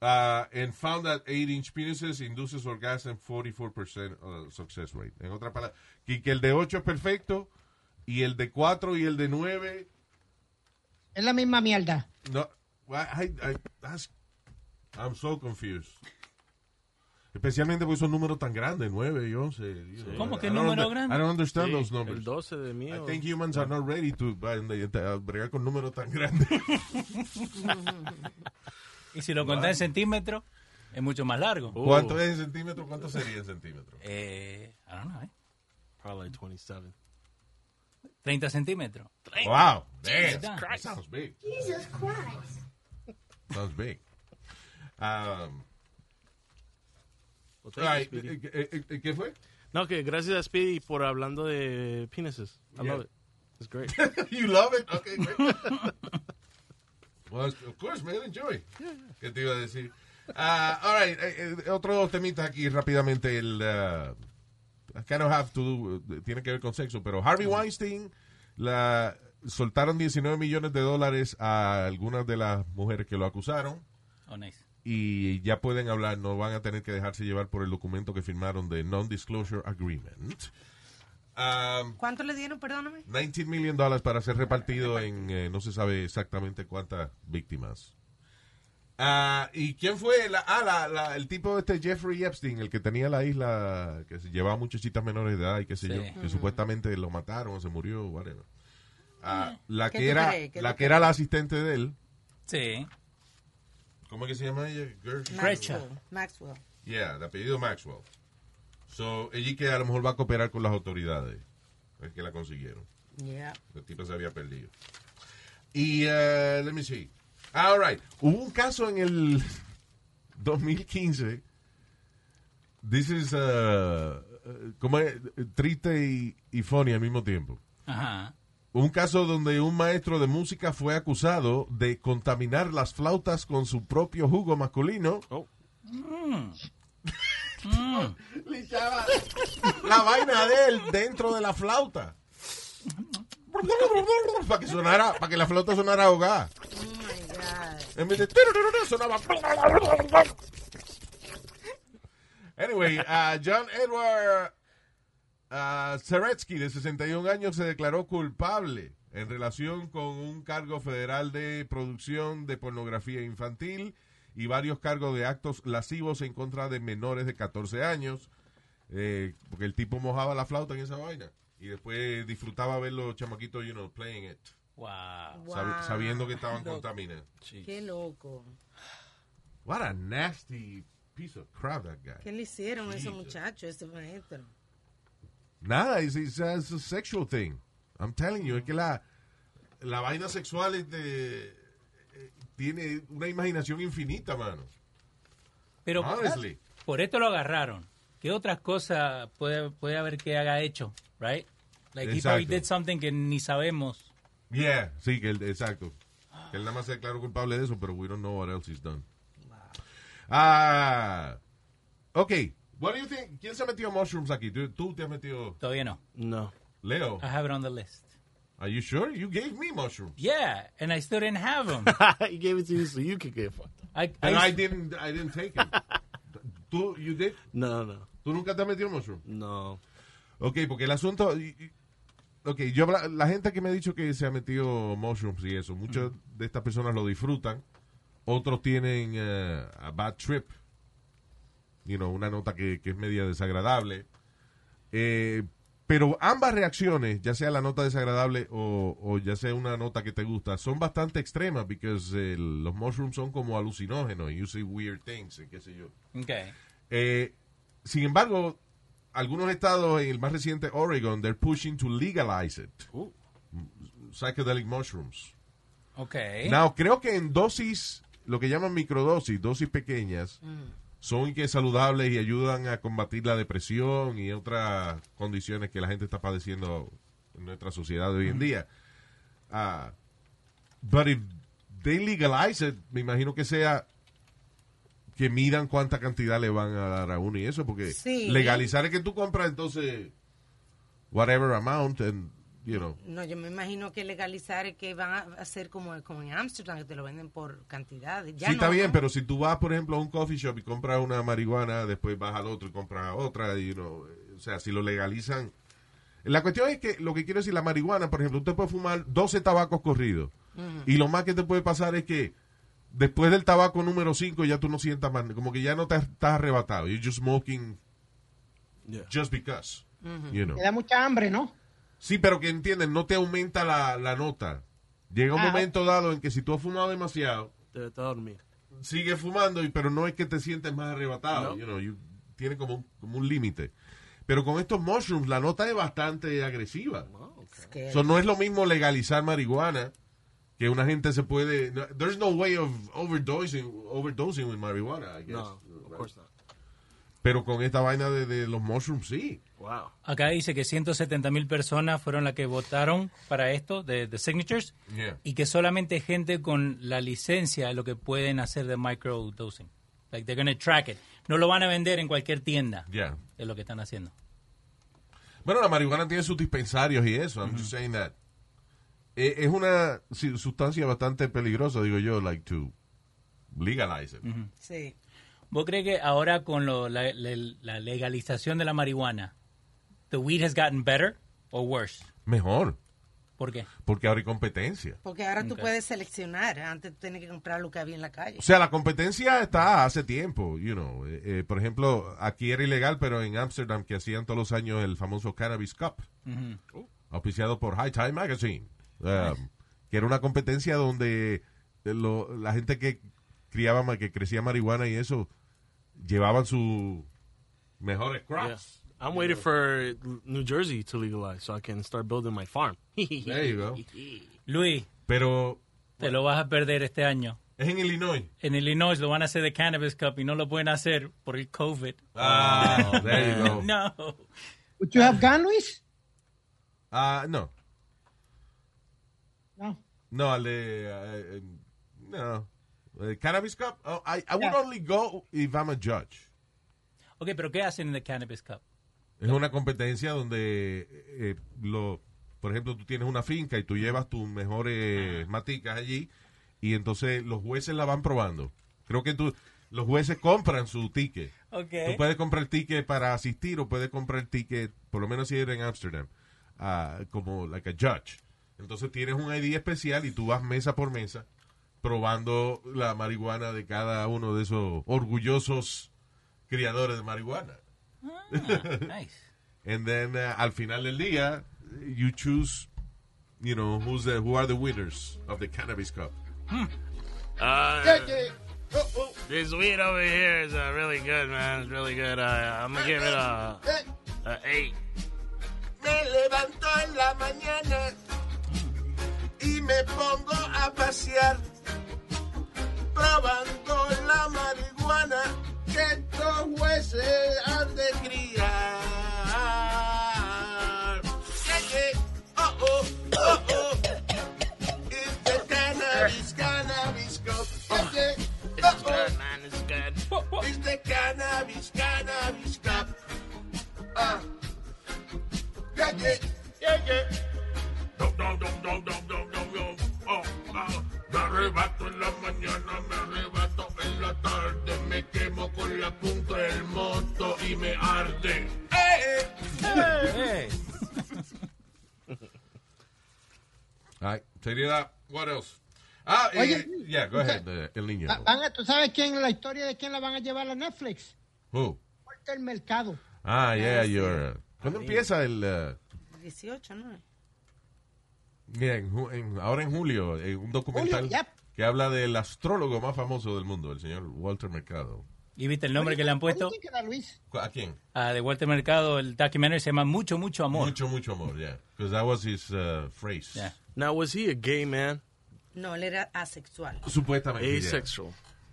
D: Uh, and found that 8-inch penises induces orgasm 44% uh, success rate. En otra palabra, que, que el de 8 es perfecto y el de 4 y el de 9
E: Es la misma mierda.
D: No, I, I, I- that's- I'm so confused. Especialmente porque son números tan grandes, 9 y 11. you know.
H: ¿Cómo que
D: I don't
H: número
D: under-
H: grande?
D: I don't understand
I: Sí,
D: those
I: el
D: numbers.
I: 12 de mí.
D: I
I: o-
D: think humans are not ready to uh, bregar con números tan grandes.
H: Y si lo contás en centímetros, es mucho más largo.
I: Oh,
D: ¿Cuánto es en centímetros? ¿Cuánto sería en centímetros?
H: Eh, I don't know, eh.
I: Probably 27.
H: 30 centímetros.
D: Wow. Damn.
H: Christ.
D: That sounds big. Jesus Christ. Sounds big. Um,
I: Well, thank you,
D: all right,
I: Speedy.
D: eh, eh, eh, ¿Qué fue?
I: No, que gracias a Speedy por hablando de penises. I
D: Yeah.
I: love it. It's great.
A: (laughs)
D: (laughs) you love it? Okay, great. (laughs) well, of course, man, enjoy. ¿Qué te iba a decir? Ah, all right, eh, eh, otro dos temitas aquí rápidamente. El, ah, I kind of have to do- tiene que ver con sexo, pero Harvey Weinstein la soltaron 19 millones de dólares a algunas de las mujeres que lo acusaron
H: Oh, nice.
D: y ya pueden hablar, no van a tener que dejarse llevar por el documento que firmaron de Non-Disclosure Agreement. Ah,
G: ¿Cuánto le dieron, perdóname?
D: 19 million dólares para ser repartido en eh, no se sabe exactamente cuántas víctimas. Ah, ¿Y quién fue? La, ah, la- la- el tipo este Jeffrey Epstein, el que tenía la isla, que se llevaba muchachitas menores de edad y qué sé
H: Sí.
D: yo, que supuestamente lo mataron o se murió, whatever. Ah, la
G: Mm. ¿Qué
D: que
G: tú
D: era
G: crees? ¿Qué
D: la
G: tú
D: que era la asistente de él,
H: Sí.
D: ¿cómo es que se llama ella? Gersh-
H: Brecha.
G: Maxwell.
D: Yeah, de apellido Maxwell. So, ella que a lo mejor va a cooperar con las autoridades, es que la consiguieron.
G: Yeah.
D: El tipo se había perdido. Y, eh, let me see. All right. Hubo un caso en el (laughs) 2015. This is, uh, uh, como es, triste y, y funny al mismo tiempo.
H: Ajá.
D: Un caso donde un maestro de música fue acusado de contaminar las flautas con su propio jugo masculino. Mm. (laughs) Le echaba la vaina de él dentro de la flauta. Para que sonara, para que la flauta sonara ahogada.
G: Oh my God.
D: En vez de sonaba. Anyway, ah, John Edward ah, Zaretsky, de 61 años, se declaró culpable en relación con un cargo federal de producción de pornografía infantil y varios cargos de actos lascivos en contra de menores de 14 años, eh, porque el tipo mojaba la flauta en esa vaina y después disfrutaba ver los chamaquitos, you know, playing it,
H: Wow.
D: sabi-
G: Wow.
D: sabiendo que estaban contaminados.
G: Qué loco.
D: What a nasty piece of crap that guy.
G: ¿Qué le hicieron a esos muchachos, ese maestro?
D: Nada, it's, it's, a, it's a sexual thing. I'm telling you, es que la, la vaina sexual es de- eh, tiene una imaginación infinita, mano.
H: Pero
D: Honestly.
H: por esto lo agarraron. ¿Qué otras cosas puede, puede haber que haga hecho? Right? Like he probably
D: Exacto.
H: did something que ni sabemos.
D: Yeah, sí, que él, exacto. Que él nada más se declaró culpable de eso, pero we don't know what else he's done. Ah, ok. What do you think? ¿Quién se ha metido mushrooms aquí? ¿Tú, tú te has metido?
H: Todavía no.
I: No.
D: Leo,
H: I have it on the list.
D: are you sure? You gave me mushrooms.
H: Yeah, and I still didn't
D: (laughs)
H: have them.
I: he gave it to you so you could get fucked up.
H: I,
D: And I
H: I,
D: didn't, I didn't take (laughs) them. ¿Tú, you did?
I: No, no,
D: ¿Tú nunca te has metido mushrooms?
I: no.
D: Ok, porque el asunto... y- y- Ok, yo, habla- la gente que me ha dicho que se ha metido mushrooms y eso, muchas de estas personas lo disfrutan, otros tienen eh, a bad trip, you know, una nota que, que es media desagradable. Eh, pero ambas reacciones, ya sea la nota desagradable o, o ya sea una nota que te gusta, son bastante extremas, porque los mushrooms son como alucinógenos, you see weird things, y qué sé yo.
H: okay.
D: Eh, sin embargo, algunos estados, en el más reciente Oregon, they're pushing to legalize it. Mm, Psychedelic mushrooms.
H: Okay.
D: Now, creo que en dosis, lo que llaman microdosis, dosis pequeñas, son que saludables y ayudan a combatir la depresión y otras condiciones que la gente está padeciendo en nuestra sociedad de hoy en día. Ah, but if they legalize it, me imagino que sea que midan cuánta cantidad le van a dar a uno y eso, porque
G: Sí.
D: legalizar es que tú compras entonces whatever amount and, you know.
G: No, yo me imagino que legalizar es que van a hacer como, como en Amsterdam, que te lo venden por cantidades. Ya
D: sí,
G: no,
D: está bien,
G: ¿no?
D: pero si tú vas, por ejemplo, a un coffee shop y compras una marihuana, después vas al otro y compras otra, y, you know, o sea, si lo legalizan. La cuestión es que lo que quiero decir, la marihuana, por ejemplo, usted puede fumar 12 tabacos corridos. Y lo más que te puede pasar es que después del tabaco número 5 ya tú no sientas más, como que ya no te estás arrebatado. You're just smoking
I: Yeah.
D: just because. you know.
E: Te da mucha hambre, ¿no?
D: Sí, pero que entienden, no te aumenta la, la nota. Llega un
E: Ah,
D: momento dado en que si tú has fumado demasiado,
I: Te está dormido.
D: sigue fumando, y- pero no es que te sientes más arrebatado.
I: No.
D: you know, you- tiene como un, como un límite. Pero con estos mushrooms, la nota es bastante agresiva.
G: Es que-
D: So, no es lo mismo legalizar marihuana que una gente se puede. no- there's no way of overdosing, overdosing with marijuana, I guess.
I: No, of course not.
D: Pero con esta vaina de, de los mushrooms, sí.
I: Wow.
H: Acá dice que 170 mil personas fueron las que votaron para esto, de, de signatures,
D: Yeah.
H: y que solamente gente con la licencia es lo que pueden hacer de microdosing. Like they're gonna track it. No lo van a vender en cualquier tienda.
D: Yeah.
H: Es lo que están haciendo.
D: Bueno, la marihuana tiene sus dispensarios y eso. I'm just saying that. Eh, Es una si- sustancia bastante peligrosa, digo yo, like to legalize it.
G: Sí.
H: ¿Vos crees que ahora con lo- la, la- la legalización de la marihuana, the weed has gotten better or worse?
D: Mejor,
H: ¿Por qué?
D: porque ahora hay competencia.
G: Porque ahora tú puedes seleccionar. Antes tienes que comprar lo que había en la calle.
D: O sea, la competencia está hace tiempo, you know. Eh, eh, por ejemplo, aquí era ilegal, pero en Amsterdam que hacían todos los años el famoso Cannabis Cup, Oh. auspiciado por High Time Magazine, um, que era una competencia donde eh, lo- la gente que criaba, ma- que crecía marihuana y eso, llevaban sus mejores
I: Yeah.
D: crops.
I: I'm waiting for Eh, New Jersey to legalize so I can start building my farm.
D: There you go.
H: Luis,
D: Pero
H: te lo vas a perder este año.
D: es en Illinois.
H: En Illinois lo van a hacer de Cannabis Cup y no lo pueden hacer por el COVID.
D: Ah, there you go.
H: (laughs) No.
E: Would you have gone, Luis?
D: Ah, no.
E: No.
D: No, al de, eh, eh, no. Eh, Cannabis Cup. Oh, I, I would
E: Yeah.
D: only go if I'm a judge.
H: Ok, pero ¿qué hacen en el Cannabis Cup?
D: Es una competencia donde, eh, lo, por ejemplo, tú tienes una finca y tú llevas tus mejores maticas allí y entonces los jueces la van probando. Creo que tú, los jueces compran su ticket.
H: Ok.
D: Tú puedes comprar el ticket para asistir o puedes comprar el ticket, por lo menos si eres en Amsterdam, ah, como like a judge. Entonces tienes un ID especial y tú vas mesa por mesa probando la marihuana de cada uno de esos orgullosos criadores de marihuana.
H: nice.
D: And then uh, al final del día, you choose, you know, who's the, who are the winners of the Cannabis Cup.
I: This weed over here is uh, really good, man. It's really good. Uh, I'm gonna give it a, a eight.
C: Me levanto en la mañana y me pongo a pasear, probando la marihuana que
I: This
C: oh,
I: is good, man. This is good.
C: It's the cannabis, cannabis cup. Uh, yeah, yeah, yeah, yeah. Dum, dum, dum, dum, dum, dum, dum, dum. Oh, ah. Me arrebato en la mañana, me arrebato en la tarde, me quemo con la punta del moto y me arde. ¡Eh!
H: Hey.
D: All right, seriedad. What else? Ah, eh,
E: Oye, Ah,
D: yeah, go ahead, eh, el niño.
E: Va- van a- ¿Tú sabes quién, la historia de quién la van a llevar a Netflix?
D: Who?
E: Walter Mercado.
D: Ah, yeah, you're. ¿Cuándo empieza el? eh,
G: 18, ¿no?
D: mira, en ju- en- ahora en julio, eh, un documental
E: Julio, yep.
D: que habla del astrólogo más famoso del mundo, el señor Walter Mercado.
H: ¿Y viste el nombre que le han puesto?
E: ¿Dónde queda Luis?
D: ¿Cu- ¿A quién?
H: Ah, de Walter Mercado, el documentary se llama Mucho, Mucho Amor.
D: Mucho, mucho amor, yeah. Because that was his uh, phrase.
H: Yeah.
I: Now, was he a gay man?
G: No, él era asexual.
D: Supuestamente. yeah.
I: Asexual.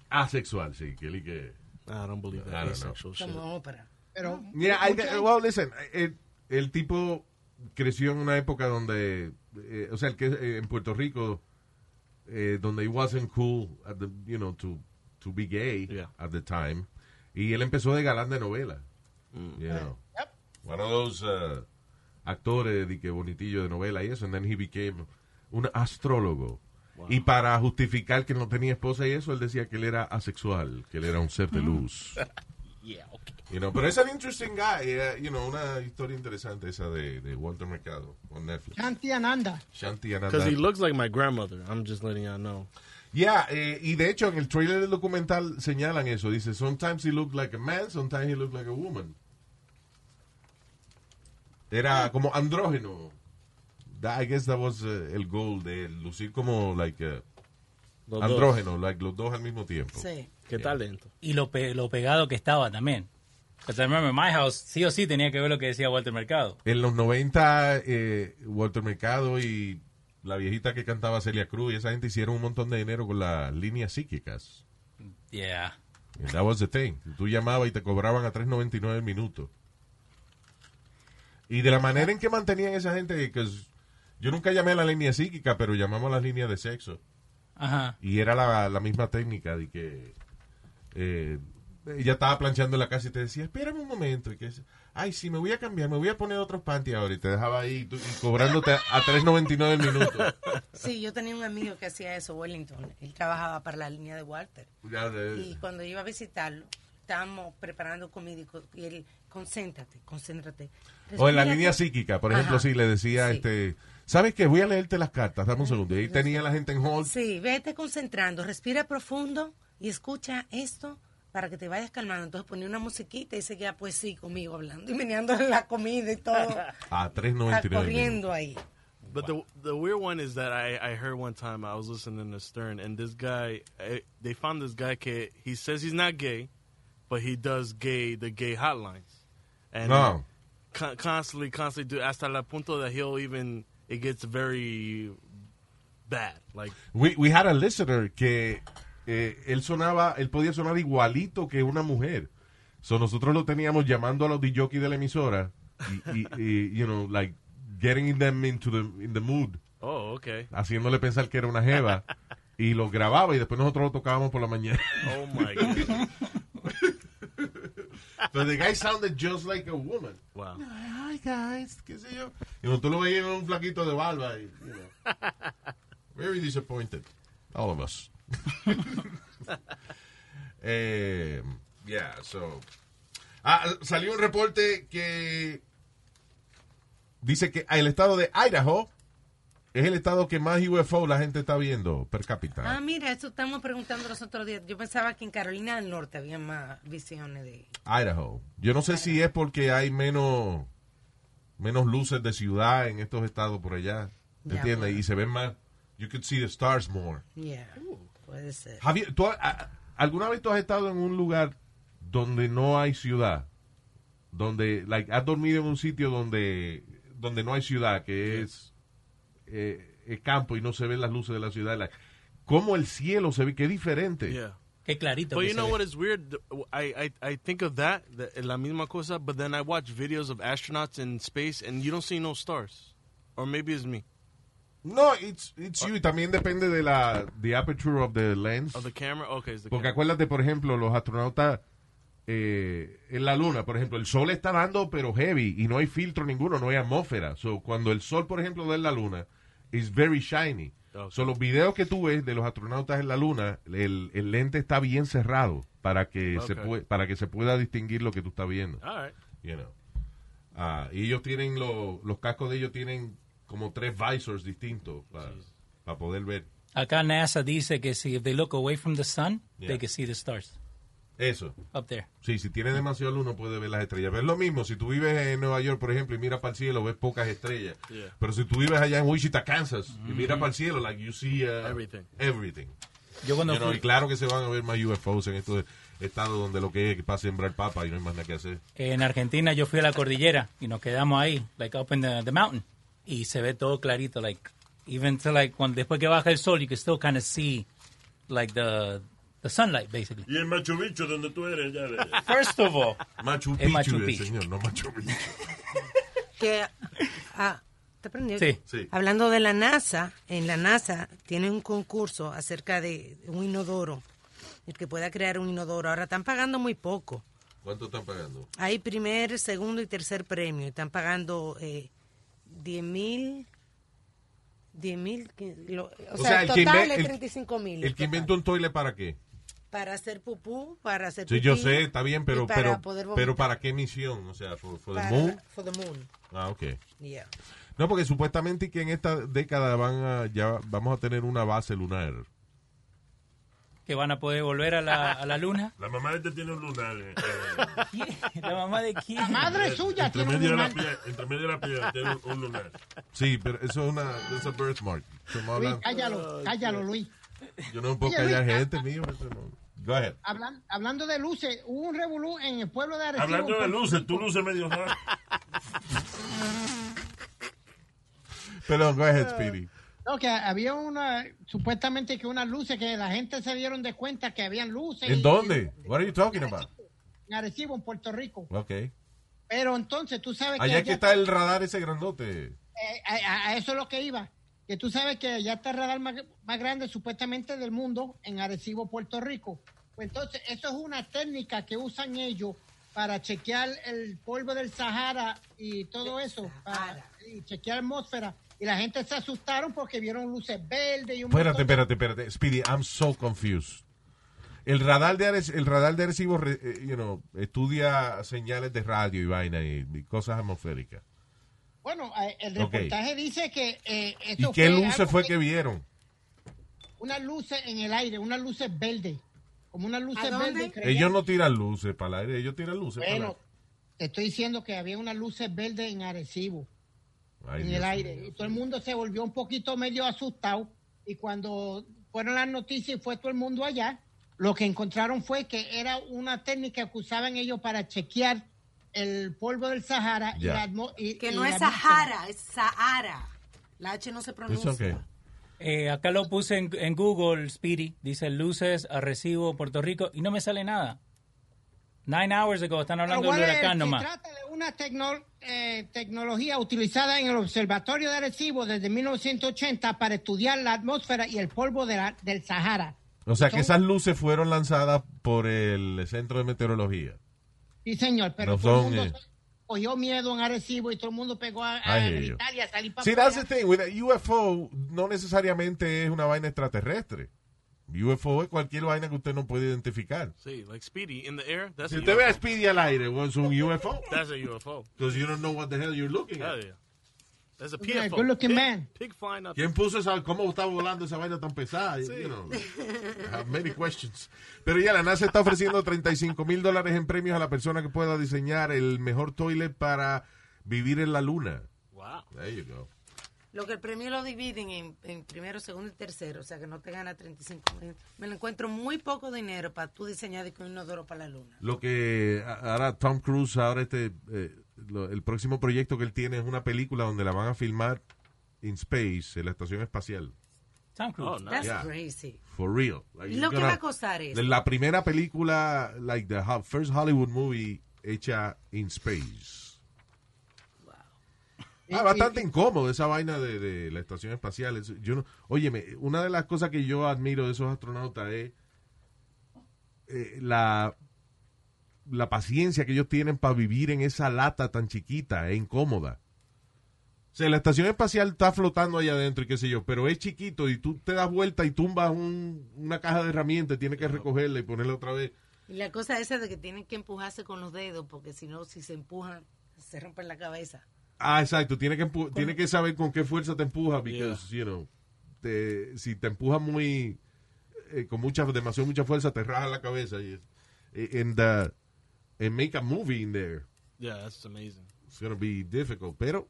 D: Asexual, sí. Que él y que...
I: I don't believe
D: I
I: that
D: don't
I: asexual shit.
G: Como ópera.
D: Oh.
E: Pero
D: Mira, hay- well, listen, el, el tipo creció en una época donde, eh, o sea, el que eh, en Puerto Rico, eh, donde it wasn't cool, at the, you know, to, to be gay
I: Yeah.
D: at the time, y él empezó de galán de novela,
I: Mm.
D: you know, one of those uh, actores de que bonitillo de novela y eso, and then he became un astrólogo. Y para justificar que no tenía esposa y eso, él decía que él era asexual, que él era un ser de luz.
I: (laughs) Yeah, okay.
D: You know, pero es un interesting guy, eh, you know, una historia interesante esa de, de Walter Mercado on Netflix.
E: Shanti Ananda.
D: Shanti
I: Because
D: Ananda.
I: he looks like my grandmother. I'm just letting y'all know.
D: Yeah, eh, y de hecho en el trailer del documental señalan eso. Dice, sometimes he looked like a man, sometimes he looked like a woman. Era como andrógeno. That- I guess that was eh, el goal de él, lucir como like eh,
I: Los dos.
D: andrógeno, like los dos al mismo tiempo.
G: Sí.
I: Qué talento.
H: Y lo, pe- lo pegado que estaba también. Because I remember my house, sí o sí tenía que ver lo que decía Walter Mercado.
D: En los 90, eh, Walter Mercado y la viejita que cantaba Celia Cruz y esa gente hicieron un montón de dinero con las líneas psíquicas.
H: Yeah.
D: And that was the thing. Tú llamabas y te cobraban a 3.99 el minuto. Y de la manera en que mantenían esa gente, because yo nunca llamé a la línea psíquica, pero llamamos a las líneas de sexo.
H: Ajá.
D: Y era la, la misma técnica de que eh, ella estaba planchando en la casa y te decía, espérame un momento. Y que, es- Ay, sí, me voy a cambiar, me voy a poner otros panties ahora. Y te dejaba ahí tú- y cobrándote a 3.99 el minuto.
G: Sí, yo tenía un amigo que hacía eso, Wellington. Él trabajaba para la línea de Walter.
D: Ya
G: Y
D: de-
G: cuando iba a visitarlo, estábamos preparando comida y co- y él, concéntrate, concéntrate.
D: o en la
G: Respira
D: línea
G: con-
D: psíquica, por ejemplo,
G: Pues Ajá.
D: si le decía,
G: Sí.
D: este, ¿sabes qué? Voy a leerte las cartas, dame un segundo. Y ahí tenía la gente en hold.
G: Sí, vete concentrando, respira profundo y escucha esto para que te vayas calmando. Entonces ponía una musiquita y seguía pues sí conmigo hablando y meneando (laughs) la comida y todo.
D: (laughs) A
G: ah,
D: 3.99. el minuto.
G: corriendo ahí.
I: But the the weird one is that I, I heard one time I was listening to Stern and this guy I, they found this guy kid he says he's not gay, but he does gay the gay hotlines, and
D: No.
I: con- constantly constantly do hasta la punto that he'll even it gets very bad like
D: We, we had a listener que eh, él sonaba, él podía sonar igualito que una mujer. So nosotros lo teníamos llamando a los DJ de la emisora y, y- y, you know, like getting them into the, in the mood,
I: oh okay
D: (laughs) haciéndole pensar que era una jeva y lo grababa y después nosotros lo tocábamos por la mañana.
I: oh my god
D: But the guy sounded just like a woman.
I: wow
D: Hi guys, qué sé yo. Y cuando tú lo veías en un flaquito de barba y, you know. Very disappointed. All of us. Eh, yeah, so. Ah, salió un reporte que dice que el estado de Idaho es el estado que más UFO la gente está viendo per cápita.
G: Ah, mira, eso estamos preguntando los otros días. Yo pensaba que en Carolina del Norte había más visiones de...
D: Idaho. Yo no sé si es porque hay menos menos luces de ciudad en estos estados por allá,
G: Ya,
D: ¿entiendes?
G: bueno.
D: Y se ven más. You could see the stars more.
G: Yeah,
D: Uh.
G: puede ser.
D: Have you- ¿tú ha- a- ¿Alguna vez tú has estado en un lugar donde no hay ciudad? Donde, like, has dormido en un sitio donde, donde no hay ciudad, que es eh, el campo y no se ven las luces de la ciudad. Like, ¿Cómo el cielo se ve? Qué diferente.
I: yeah.
H: Qué clarito.
I: But
H: que
I: you
H: se
I: know
H: ve.
I: what is weird? I, I, I think of that, the, la misma cosa, but then I watch videos of astronauts in space and you don't see no stars. Or maybe it's me.
D: No, it's, it's you. También depende de la the aperture of the lens.
I: Of Oh, the camera? Okay, it's the
D: Porque
I: camera.
D: acuérdate, por ejemplo, los astronautas eh, en la luna, por ejemplo, el sol está dando, pero heavy, y no hay filtro ninguno, no hay atmósfera. So, cuando el sol, por ejemplo, da en la luna, es very shiny.
I: Ok.
D: So, los videos que tú ves de los astronautas en la luna, el, el lente está bien cerrado para que, se
I: Ok.
D: pue- para que se pueda distinguir lo que tú estás viendo.
I: All right.
D: You know. Ah, y ellos tienen, lo- los cascos de ellos tienen como tres visors distintos para poder ver
H: Acá NASA dice que si if they look away from the sun,
D: Yeah.
H: they can see the stars
D: eso.
H: up there.
D: Sí, si tienes demasiado luz no puedes ver las estrellas. Pero es lo mismo, si tú vives en Nueva York, por ejemplo, y miras para el cielo, ves pocas estrellas.
I: Yeah. Mm-hmm.
D: Pero si tú vives allá en Wichita, Kansas, y miras para el cielo, like you see uh,
I: Everything.
D: everything.
H: Yo cuando
D: You know,
H: fui-
D: y claro que se van a ver más UFOs en estos estados donde lo que es que pasa sembrar papa y no hay más nada que hacer.
H: En Argentina yo fui a la cordillera y nos quedamos ahí, like up in the, the mountain, y se ve todo clarito, like even to like cuando después que baja el sol, you can still kind of see like the the sunlight basically.
A: Y en Machu Picchu, donde tú eres, ya de-
H: First of all,
D: Machu
H: Es
D: Picchu,
H: Machu
D: el
H: Picchu.
D: señor, no Machu Picchu.
G: que ah, te prendió.
H: Sí.
D: Sí.
G: Hablando de la NASA, en la NASA tienen un concurso acerca de un inodoro, el que pueda crear un inodoro. Ahora están pagando muy poco.
D: ¿Cuánto están pagando?
G: Hay primer, segundo y tercer premio. Están pagando eh, 10 mil. 10 mil. que lo- O, sea, el
D: que
G: total
D: inve-
G: es
D: el-
G: 35 mil.
D: El que inventó un toile para qué?
G: Para hacer pupú, para hacer.
D: Sí, yo
G: pipí
D: sé, está bien, pero
G: y para
D: pero,
G: poder
D: pero
G: vomitar.
D: para qué misión? O sea, for, for the
G: Para-
D: moon?
G: for the moon,
D: Ah, okay.
G: yeah.
D: No, porque supuestamente que en esta década van a, ya vamos a tener una base lunar.
H: (laughs) que van a poder volver a la, a la luna. (laughs)
A: La mamá de este tiene un lunar. eh,
E: (laughs)
H: La mamá de quién?
E: Madre suya,
A: entre,
E: tiene un
A: medio de la
E: lunar.
A: piedra, entre medio de la piedra tiene un, un lunar.
D: Sí, pero eso es una es a birthmark. Estamos
E: Luis,
D: hablando-
E: cállalo, cállalo, Luis.
D: yo no puedo
E: Oye, Luis,
D: callar
E: ah,
D: gente, mío. eso no. Go ahead.
E: Hablan- hablando de luces, hubo un revolú en el pueblo de Arecibo. pues,
A: Hablando de luces, tú luces medio raro.
D: Perdón, go ahead, Speedy.
E: No, que había una, supuestamente que unas luces que la gente se dieron de cuenta que habían luces.
D: ¿En
E: y-
D: dónde? What are you talking about?
E: En Arecibo, en Puerto Rico.
D: Okay.
E: Pero entonces tú sabes
D: Allá es que
E: allá-
D: está el radar ese grandote.
E: eh, a, a- a eso es lo que iba. Que tú sabes que ya está el radar más, más grande supuestamente del mundo en Arecibo, Puerto Rico. Pues entonces, eso es una técnica que usan ellos para chequear el polvo del Sahara y todo eso, para, y chequear atmósfera. Y la gente se asustaron porque vieron luces verdes y un
D: Espérate,
E: montón
D: espérate,
E: de-
D: espérate. Speedy, I'm so confused. El radar de Arecibo, el radar de Arecibo re- eh, you know, estudia señales de radio y vaina y- y cosas atmosféricas.
E: Bueno, eh, el
D: Ok.
E: reportaje dice que eh,
D: ¿Y
E: eso
D: qué
E: algo
D: luces fue que vieron?
E: Unas luces en el aire, unas luces verdes. Como unas luces
G: dónde?
E: verdes. creían-
D: Ellos no tiran luces para el aire, ellos tiran luces
E: Bueno,
D: para
E: te estoy diciendo que había unas luces verdes en Arecibo,
D: el aire. Ay,
E: en
D: Dios
E: el
D: mío.
E: aire. Y todo el mundo se volvió un poquito medio asustado. Y cuando fueron las noticias y fue todo el mundo allá, lo que encontraron fue que era una técnica que usaban ellos para chequear el polvo del Sahara. y
D: Ya.
E: la atmo- y-
G: Que
E: y
G: no
E: la
G: es
E: atmósfera.
G: Sahara, es Sahara. La H no se
D: It's
G: pronuncia.
D: okay.
H: Eh, acá lo puse en, en Google, Speedy. Dice luces, Arrecibo, Puerto Rico, y no me sale nada. Nine hours ago, están
E: Pero,
H: hablando del
E: Warren,
H: huracán
E: Se
H: nomás.
E: trata de una tecno- eh, tecnología utilizada en el Observatorio de Arecibo desde 1980 para estudiar la atmósfera y el polvo de la- del Sahara.
D: O sea que
E: Son-
D: esas luces fueron lanzadas por el centro de meteorología.
E: Sí, señor, pero
D: No
E: todo
D: son,
E: el mundo
D: eh.
E: cogió miedo en Arecibo y todo el mundo pegó a, a
D: Ay, Dios.
E: gritar y a salir para
D: Sí, that's the thing. With a UFO no necesariamente es una vaina extraterrestre. UFO es cualquier vaina que usted no puede identificar.
I: See, like Speedy in the air. That's
D: Si
I: a
D: usted ve a
I: UFO.
D: Speedy al aire, well, es un UFO.
I: That's a UFO.
D: Because you don't know what the hell you're looking
I: Hell
D: at.
I: yeah. That's a
E: Look at
I: PFO.
E: that good-looking
I: pig,
E: man.
I: Pig flying up.
D: ¿Quién puso esa, cómo estaba volando esa vaina tan pesada? You know, I have many questions. Pero ya la NASA está ofreciendo 35 mil dólares en premios a la persona que pueda diseñar el mejor toilet para vivir en la luna.
I: Wow.
D: There you go.
G: Lo que el premio lo dividen en, en primero, segundo y tercero, o sea que no te gana 35 mil. Me lo encuentro muy poco dinero para tú diseñar de que un inodoro para la luna.
D: Lo que a- ahora Tom Cruise, ahora este, eh, lo- el próximo proyecto que él tiene es una película donde la van a filmar in space, en la estación espacial.
H: Tom Cruise.
I: Oh, nice.
G: That's
D: Yeah.
G: crazy.
D: For real. Like,
G: Y
D: it's
G: lo que
D: gonna-
G: va a costar es.
D: La- La primera película, like the ho- first Hollywood movie hecha in space. Ah, bastante incómodo esa vaina de, de la estación espacial. Eso- Yo no, óyeme, una de las cosas que yo admiro de esos astronautas es eh, la, la paciencia que ellos tienen para vivir en esa lata tan chiquita e incómoda. O sea, la estación espacial está flotando allá adentro y qué sé yo, pero es chiquito y tú te das vuelta y tumbas un- una caja de herramientas, y tienes que recogerla y ponerla otra vez.
G: Y la cosa esa de que tienen que empujarse con los dedos, porque si no, si se empujan, se rompen la cabeza.
D: Ah, exacto. Tiene que, empu- tiene que saber con qué fuerza te empuja, because, you know, te- si te empuja muy, eh, con mucha, demasiado mucha fuerza, te raja la cabeza. Y, eh, and, uh, and make a movie in there.
I: Yeah, that's amazing.
D: It's gonna be difficult. Pero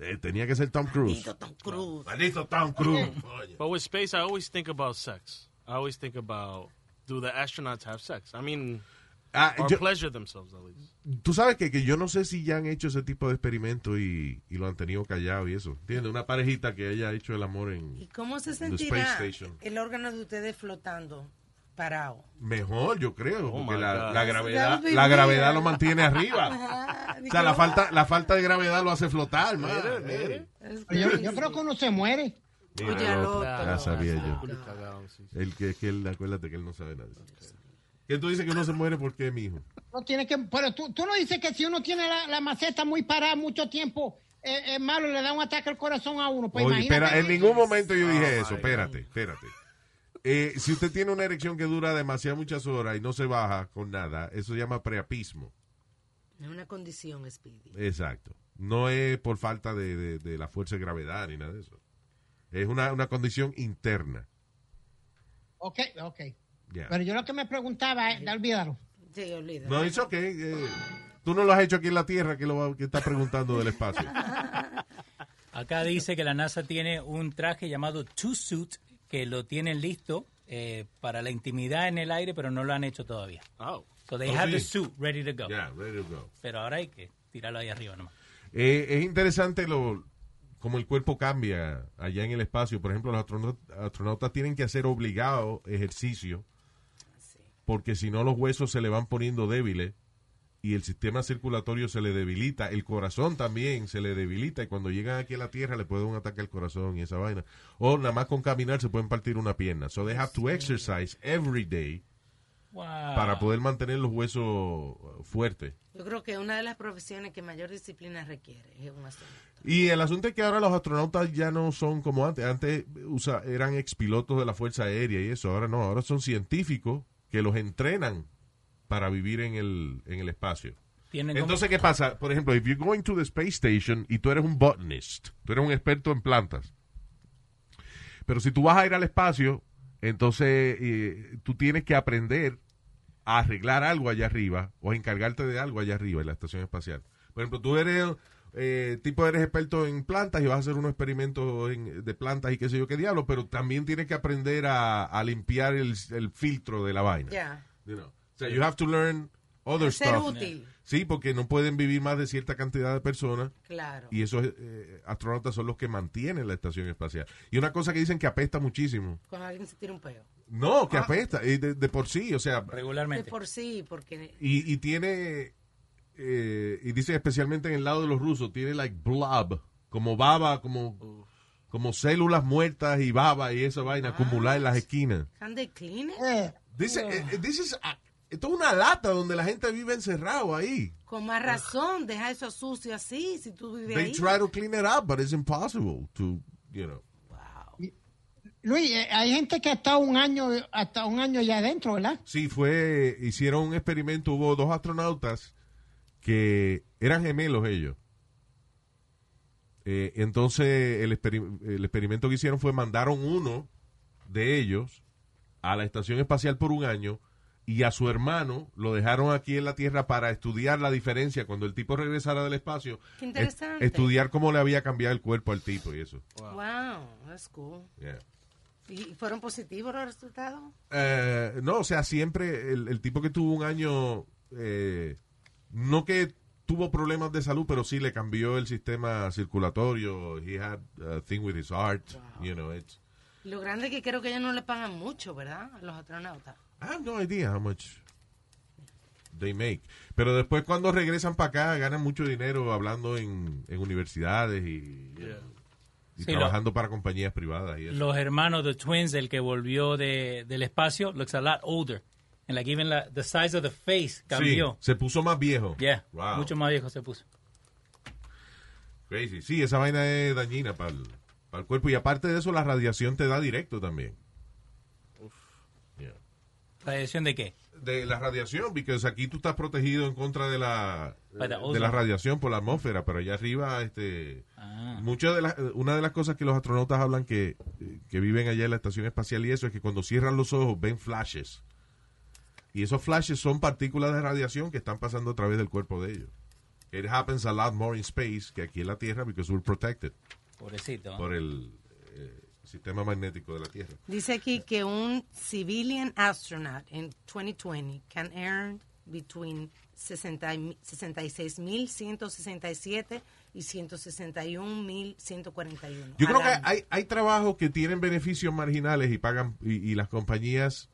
D: eh, tenía que ser Tom Cruise.
G: Maldito Tom Cruise.
D: Maldito Tom Cruise. Oye.
I: But with space, I always think about sex. I always think about do the astronauts have sex? I mean,
D: Ah,
I: or
D: yo-
I: pleasure themselves at least.
D: Tú sabes que, que yo no sé si ya han hecho ese tipo de experimento y, y lo han tenido callado y eso. ¿Entiendes? Una parejita que haya hecho el amor
G: ¿Y
D: en...
G: cómo se
D: The
G: sentirá
D: Space Station.
G: el órgano de ustedes flotando, parado?
D: Mejor, yo creo,
I: Oh,
D: porque
I: my
D: la,
I: God.
D: la gravedad,
G: That would be
D: la
G: weird.
D: gravedad lo mantiene arriba.
G: Ajá,
D: O sea, Ah, la falta, la falta de gravedad lo hace flotar, man. Eh,
G: Es
E: Yo,
G: crazy.
E: yo creo que uno se muere.
D: mira,
G: Oye, al
D: no,
G: otro.
D: ya sabía yo.
I: Culo cagado, sí.
D: El que, que él, acuérdate que él no sabe nada de eso. Que tú dices que uno se muere porque, mijo.
E: No tiene que, pero tú, tú no dices que si uno tiene la, la maceta muy parada mucho tiempo, eh, es malo, le da un ataque al corazón a uno. Pues
D: Oye,
E: imagínate.
D: espera, en ningún momento yo
I: Oh,
D: dije
I: my
D: eso.
I: God.
D: Espérate, espérate. Eh, si usted tiene una erección que dura demasiadas muchas horas y no se baja con nada, eso se llama preapismo.
G: Es una condición, Speedy.
D: Exacto. No es por falta de, de- de la fuerza de gravedad ni nada de eso. Es una, una condición interna.
E: Ok, ok.
D: Ya.
E: Pero yo lo que me preguntaba, es, olvídalo.
G: Sí, olvídalo.
D: No, es ok. eh, tú no lo has hecho aquí en la Tierra, que lo va- que estás preguntando del espacio.
E: (laughs)
H: Acá dice que la NASA tiene un traje llamado two-suit que lo tienen listo eh, para la intimidad en el aire, pero no lo han hecho todavía.
I: Oh,
H: So they
D: Oh,
H: have
D: sí.
H: the suit ready to go.
D: Ya, there you go.
H: Pero ahora hay que tirarlo ahí arriba nomás.
D: Eh, es interesante lo como el cuerpo cambia allá en el espacio. Por ejemplo, los astronaut- astronautas tienen que hacer obligado ejercicio porque si no los huesos se le van poniendo débiles y el sistema circulatorio se le debilita, el corazón también se le debilita y cuando llegan aquí a la Tierra le puede dar un ataque al corazón y esa vaina. O nada más con caminar se pueden partir una pierna. So they have to exercise every day
H: Wow.
D: para poder mantener los huesos uh, fuertes.
G: Yo creo que una de las profesiones que mayor disciplina requiere es un astronauta.
D: Y el asunto es que ahora los astronautas ya no son como antes. Antes usa- eran expilotos de la Fuerza Aérea y eso. Ahora no, ahora son científicos que los entrenan para vivir en el, en el espacio.
H: Tienen como-
D: Entonces, ¿qué pasa? Por ejemplo, if you're going to the space station y tú eres un botanist, tú eres un experto en plantas. Pero si tú vas a ir al espacio, entonces eh, tú tienes que aprender a arreglar algo allá arriba o a encargarte de algo allá arriba en la estación espacial. Por ejemplo, tú eres eh, tipo eres experto en plantas y vas a hacer unos experimentos en- de plantas y qué sé yo qué diablo, pero también tienes que aprender a, a limpiar el, el filtro de la vaina.
G: Ya.
D: You know. O sea, you have to learn other
G: Ser
D: stuff.
G: útil.
D: Sí, porque no pueden vivir más de cierta cantidad de personas
G: Claro.
D: y esos eh, astronautas son los que mantienen la estación espacial. Y una cosa que dicen que apesta muchísimo.
G: Cuando alguien se tira un peo.
D: No,
G: Ah.
D: que apesta, eh, de, de por sí, o sea,
G: De
H: regularmente.
G: por sí, porque
D: y, y tiene, eh, y dicen especialmente en el lado de los rusos, tiene like blob, como baba, como, como células muertas y baba y esa vaina acumulada en las esquinas.
G: can they clean it?
E: Eh,
D: Dice, eh, eh, this is a- esto es una lata donde la gente vive encerrado ahí.
G: Con más razón, deja eso sucio así si tú vives
D: They
G: ahí.
D: try to clean it up, but it's impossible to, you know.
E: Luis, eh, hay gente que hasta un año, hasta un año ya adentro, ¿verdad?
D: Sí, fue, hicieron un experimento, hubo dos astronautas que eran gemelos ellos. Eh, entonces el, experi- el experimento que hicieron fue mandaron uno de ellos a la estación espacial por un año y a su hermano lo dejaron aquí en la Tierra para estudiar la diferencia cuando el tipo regresara del espacio.
G: Qué interesante.
D: est- estudiar cómo le había cambiado el cuerpo al tipo y eso.
G: Wow, that's cool.
D: Yeah.
G: ¿Y fueron positivos los resultados?
D: Eh, no, o sea, siempre el, el tipo que tuvo un año, eh, no que tuvo problemas de salud, pero sí le cambió el sistema circulatorio. He had a thing with his heart, you know. It's,
G: Lo grande es que creo que ellos no le pagan mucho, ¿verdad? A los astronautas.
D: I have no idea how much they make. Pero después cuando regresan para acá ganan mucho dinero hablando en, en universidades y, y
H: Sí, lo-
D: trabajando para compañías privadas. Y eso.
H: Los hermanos, the twins, el que volvió de, del espacio, looks a lot older. And like even la, the size of the face cambió.
D: Sí, se puso más viejo.
H: Yeah,
D: Wow.
H: mucho más viejo se puso.
D: Crazy. Sí, esa vaina es dañina para el, cuerpo. Y aparte de eso, la radiación te da directo también. Yeah.
H: ¿Radiación de qué?
D: De la radiación, porque aquí tú estás protegido en contra de la,
H: By the
D: de la
H: ozone.
D: radiación por la atmósfera, pero allá arriba, este,
H: Ah.
D: muchas de las, una de las cosas que los astronautas hablan que, que viven allá en la estación espacial y eso es que cuando cierran los ojos ven flashes. Y esos flashes son partículas de radiación que están pasando a través del cuerpo de ellos. It happens a lot more in space que aquí en la Tierra because we're protected
H: Pobrecito. ¿eh?
D: por el eh, sistema magnético de la Tierra.
G: Dice aquí que un civilian astronaut in 2020 can earn between 60 y- 66.167 y 161.141.
D: Yo
G: al
D: creo que
G: año.
D: hay, hay trabajos que tienen beneficios marginales y pagan y, y las compañías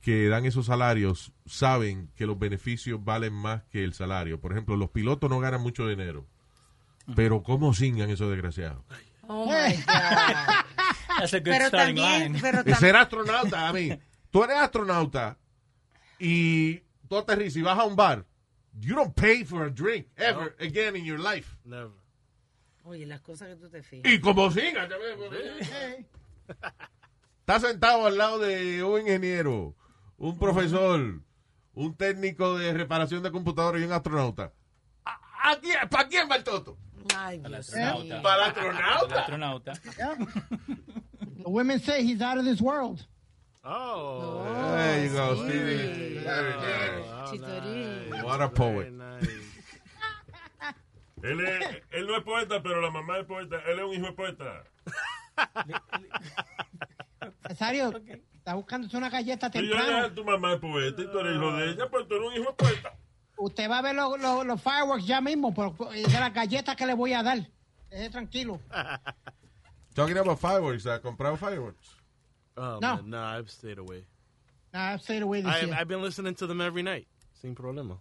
D: que dan esos salarios saben que los beneficios valen más que el salario. Por ejemplo, los pilotos no ganan mucho dinero. Pero cómo singan esos desgraciados.
G: Oh my God.
H: (laughs) That's a (laughs) good
G: pero
H: starting
G: también,
H: line. (laughs)
G: pero
D: Y
G: tam-
D: ser astronauta, a mí. Tú eres astronauta y tú aterrizas y vas a un bar. You don't pay for a drink ever again in your life.
I: Never.
G: Oye, las cosas que tú te fijas.
D: Y como siga, ya ves, eh. está sentado al lado de un ingeniero, un profesor, un técnico de reparación de computadoras y un astronauta. ¿A, a quién, ¿Para quién va el toto?
G: Ay, Dios
H: astronauta.
G: mío.
D: ¿Para el
H: El
D: astronauta?
H: astronauta.
E: The women say he's out of this world.
I: Oh.
D: There you go,
G: sí.
D: Stevie. Very nice.
H: Ah,
I: wow,
G: Chitorín.
I: nice.
D: What a poet.
I: Very nice.
A: Él, es- él no es poeta, pero la mamá es poeta. Él es un hijo de poeta.
E: Nazario, está buscándose una galleta
A: Y yo ya
E: temprano.
A: tu mamá es poeta y tú eres hijo de ella, pues tú eres un hijo de poeta.
E: Usted va a ver los, los- los fireworks ya mismo, pero es de las galletas que le voy a dar. Deje tranquilo.
D: Ah, Talking about fireworks, ¿ha comprado fireworks?
I: Oh,
E: No.
I: man, no, I've stayed away.
E: Nah, stay away this
I: I,
E: year.
I: I've been listening to them every night. Sin problema.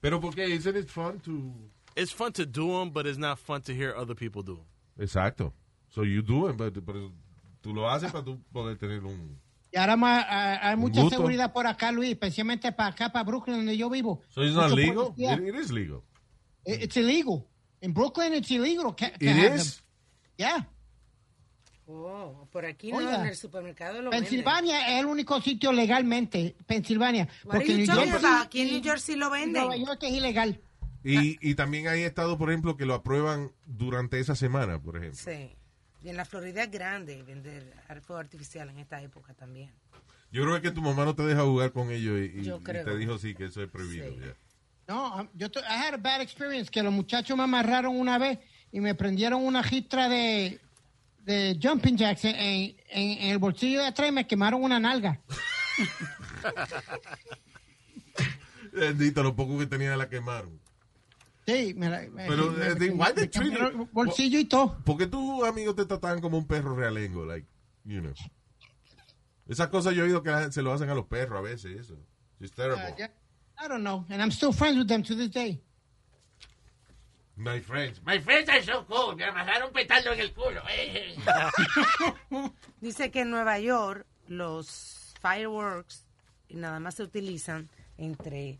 D: Pero porque isn't it fun to...
I: It's fun to do them, but it's not fun to hear other people do 'em.
D: Exacto. So you do it, but, pero tú lo haces para tú poder tener un...
E: Y ahora más, ah, hay mucha
D: gusto.
E: seguridad por acá, Luis, especialmente para acá, para Brooklyn, donde yo vivo.
D: So it's not
E: Mucho
D: legal?
E: policía.
D: It, it is legal.
E: It- It's illegal. In Brooklyn, it's illegal. to- to
D: It
E: have them.
D: is?
E: Yeah.
G: Oh, por aquí no,
E: Oiga.
G: en el supermercado lo venden.
E: Pensilvania es el único sitio legalmente, Pensilvania.
G: What are
E: Porque
G: you
E: New
G: talking
E: Jersey-
G: about? Aquí en New Jersey lo venden.
E: Nueva York es ilegal.
D: Y, y también hay estados, por ejemplo, que lo aprueban durante esa semana, por ejemplo.
G: Sí. Y en la Florida es grande vender ar- fuego artificial en esta época también.
D: Yo creo que tu mamá no te deja jugar con ellos y, y-
G: Yo
D: y
G: creo.
D: te dijo sí, que eso es prohibido.
G: Sí.
D: ya.
E: No, um, yo tu- I had a bad experience que los muchachos me amarraron una vez y me prendieron una gistra de, de jumping jacks en, en- en- en el bolsillo de atrás y me quemaron una nalga.
D: Bendito, lo poco que tenía la quemaron.
E: Sí, me la- me-
D: Pero,
E: me-
D: eh, why they
E: me
D: treat
E: cambiaron
D: you-
E: el bolsillo y todo.
D: ¿Por qué tus amigos te trataban como un perro realengo? Like, you know. Esas cosas yo he oído que la- se lo hacen a los perros a veces, eso. It's terrible.
G: Ah,
E: Uh, yeah. I don't know, and I'm still friends with them to this day.
D: My friends.
F: My friends are so cool. Me amarraron petardo en el culo. eh.
G: Dice que en Nueva York los fireworks nada más se utilizan entre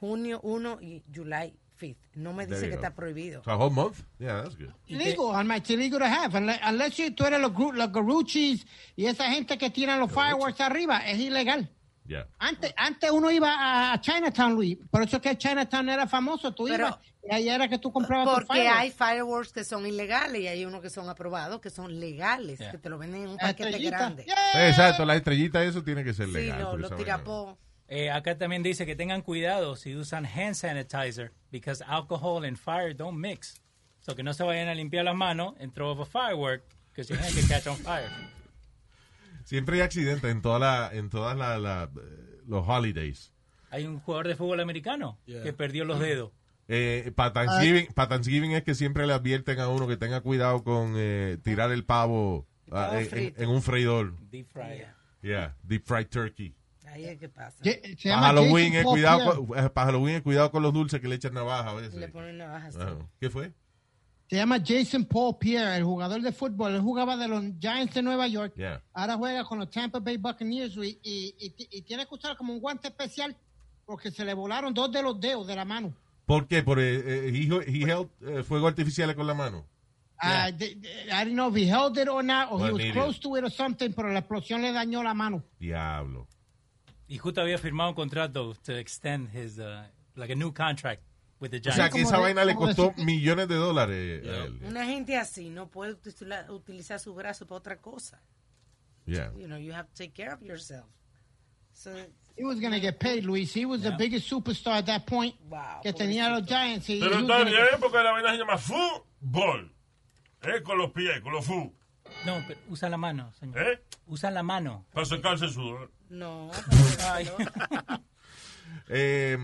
G: junio 1 y July 5. No me
D: There
G: dice
D: you
G: que
D: go.
G: está prohibido.
D: So a whole month? Yeah, that's good.
G: Y que-
E: Illegal, Alma, it's illegal to have. Unless, unless you, tú eres los, gru- los Garuchis y esa gente que tiran los fireworks arriba, es ilegal.
D: Yeah.
E: Antes, antes uno iba a- a Chinatown, Luis. Por eso es que Chinatown era famoso. Tú
G: Pero-
E: ibas y ahí era que tú comprabas tus
G: Porque
E: fireworks.
G: hay fireworks que son ilegales y hay unos que son aprobados, que son legales,
H: Yeah.
G: que te lo venden en un
E: Las
G: paquete
E: estrellitas.
G: grande.
E: Yeah.
D: Exacto, la estrellita, eso tiene que ser legal.
G: sí, lo,
D: porque
G: lo
D: esa vaina-
G: tirapó.
H: Eh, acá también dice que tengan cuidado si usan hand sanitizer because alcohol and fire don't mix. So que no se vayan a limpiar las manos and throw off a firework because your hand can catch on fire.
D: Siempre hay accidentes en todas la, en todas la, la- eh, los holidays.
H: Hay un jugador de fútbol americano
I: Yeah.
H: que perdió
D: Mm.
H: los dedos.
D: Eh, para Thanksgiving, pa' Thanksgiving es que siempre le advierten a uno que tenga cuidado con eh, tirar el pavo ah,
G: pavo
D: en, en-
G: frito.
D: en un freidor.
H: Deep fryer.
D: Yeah, deep fried turkey.
G: Ahí es que pasa.
E: Ye- se
D: Para
E: llama
D: Halloween,
E: Jason
D: eh, cuidado,
E: Popiel.
D: con- eh, para Halloween, eh, cuidado con los dulces que le echan navaja a veces.
G: Le ponen navajas.
D: Ah, ¿Qué fue?
E: Se llama Jason Paul Pierre, el jugador de fútbol. Él jugaba de los Giants de Nueva York.
D: Yeah.
E: Ahora juega con los Tampa Bay Buccaneers y, y- y- y tiene que usar como un guante especial porque se le volaron dos de los dedos de la mano.
D: ¿Por qué? Por, eh, eh, he, he held eh, fuego artificiales con la mano.
E: Ah, de- de- I don't know if he held it or not, or
D: Buen
E: he was
D: video.
E: close to it or something, pero la explosión le dañó la mano.
D: Diablo.
H: Y justo había firmado un contrato to extend his, uh, like a new contract with the
D: O
H: Giants.
D: sea, que
E: como
D: esa
E: de-
D: vaina le
E: como de-
D: costó millones de dólares a él.
G: Una gente así no puede utila- utilizar su brazo para otra cosa.
D: Yeah.
G: You know, you have to take care of yourself. So,
E: He was gonna get paid, Luis. He was the biggest superstar at that point
G: Wow,
E: que tenía los Giants. y-
C: Pero
E: he was
C: está
E: gonna
C: bien,
A: ¿eh?
E: get-
C: porque la vaina se llama fútbol. ¿Eh? Con los pies, con los fu.
H: No, pero usa la mano, señor.
C: ¿Eh?
H: Usa la mano.
C: Para sacarse el sudor.
G: (laughs) no.
H: Ay.
D: Eh,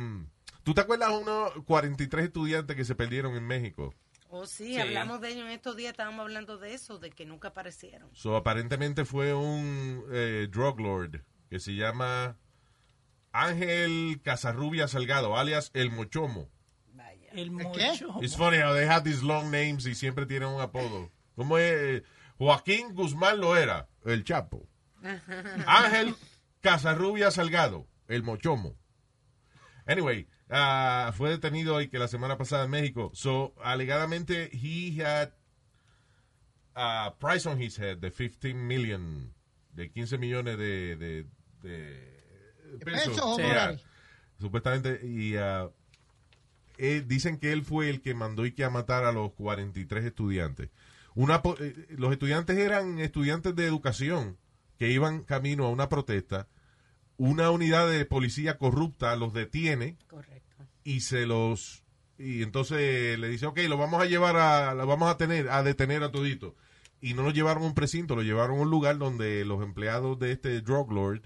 D: ¿Tú te acuerdas de unos 43 estudiantes que se perdieron en México?
G: O Oh, sí,
H: Sí.
G: hablamos de ellos en estos días, estábamos hablando de eso, de que nunca aparecieron.
D: So, aparentemente fue un eh, drug lord que se llama Ángel Casarrubia Salgado, alias El Mochomo.
G: Vaya.
H: El
E: qué?
H: mocho.
D: It's funny how they have these long names y siempre tienen un apodo. ¿Cómo es? Eh, Joaquín Guzmán lo era, el Chapo. Ángel Casarrubia Salgado, el Mochomo. Anyway, ah, fue detenido hoy que la semana pasada en México. So, alegadamente, he had a price on his head de 15 million, de 15 millones de, de, de pesos.
E: pesos o
D: Yeah.
E: dólares.
D: Supuestamente, y ah, eh, dicen que él fue el que mandó y que a matar a los 43 estudiantes. Una, po- eh, los estudiantes eran estudiantes de educación que iban camino a una protesta. Una unidad de policía corrupta los detiene
G: Correcto.
D: y se los y entonces le dice ok lo vamos a llevar a lo vamos a tener a detener a todito y no lo llevaron a un precinto lo llevaron a un lugar donde los empleados de este drug lord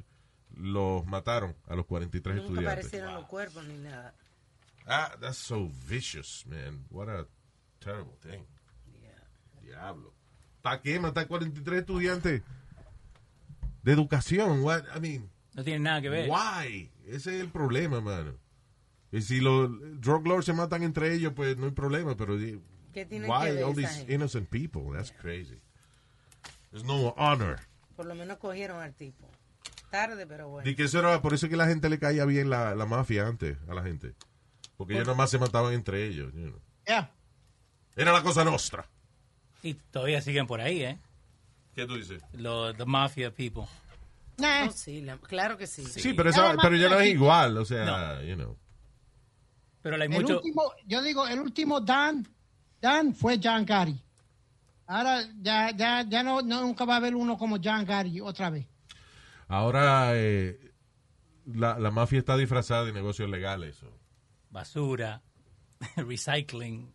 D: los mataron a los 43
G: Nunca
D: estudiantes
G: aparecieron los cuerpos ni nada.
D: ah that's so vicious man what a terrible thing
G: Yeah.
D: diablo ¿para qué matar 43 estudiantes de educación what I mean
H: No tiene nada que ver.
D: Why? Ese es el problema, mano. Y si los drug lords se matan entre ellos, pues no hay problema, pero di-
G: ¿Qué tiene que
D: why
G: ver
D: all
G: esa
D: these
G: gente?
D: innocent people? That's crazy. There's no honor.
G: Por lo menos cogieron al tipo. Tarde, pero bueno.
D: Y que eso era por eso que la gente le caía bien la, la mafia antes a la gente. Porque ellos nomás se mataban entre ellos. you know.
E: Yeah.
D: Era la cosa nostra.
H: Y todavía siguen por ahí, ¿eh?
D: ¿Qué tú dices?
H: Los the mafia people.
E: Nah.
G: No, sí, la- claro que sí.
D: Sí, pero, esa-
E: Era más
D: pero ya no es
E: clásico.
D: igual. O sea, you know.
H: Pero hay
E: El
H: mucho.
E: último, yo digo, el último Dan, Dan fue John Gary. Ahora ya, ya, ya no, no- nunca va a haber uno como John Gary otra vez.
D: Ahora eh, la, la mafia está disfrazada de negocios legales. so.
H: Basura. (laughs) Recycling.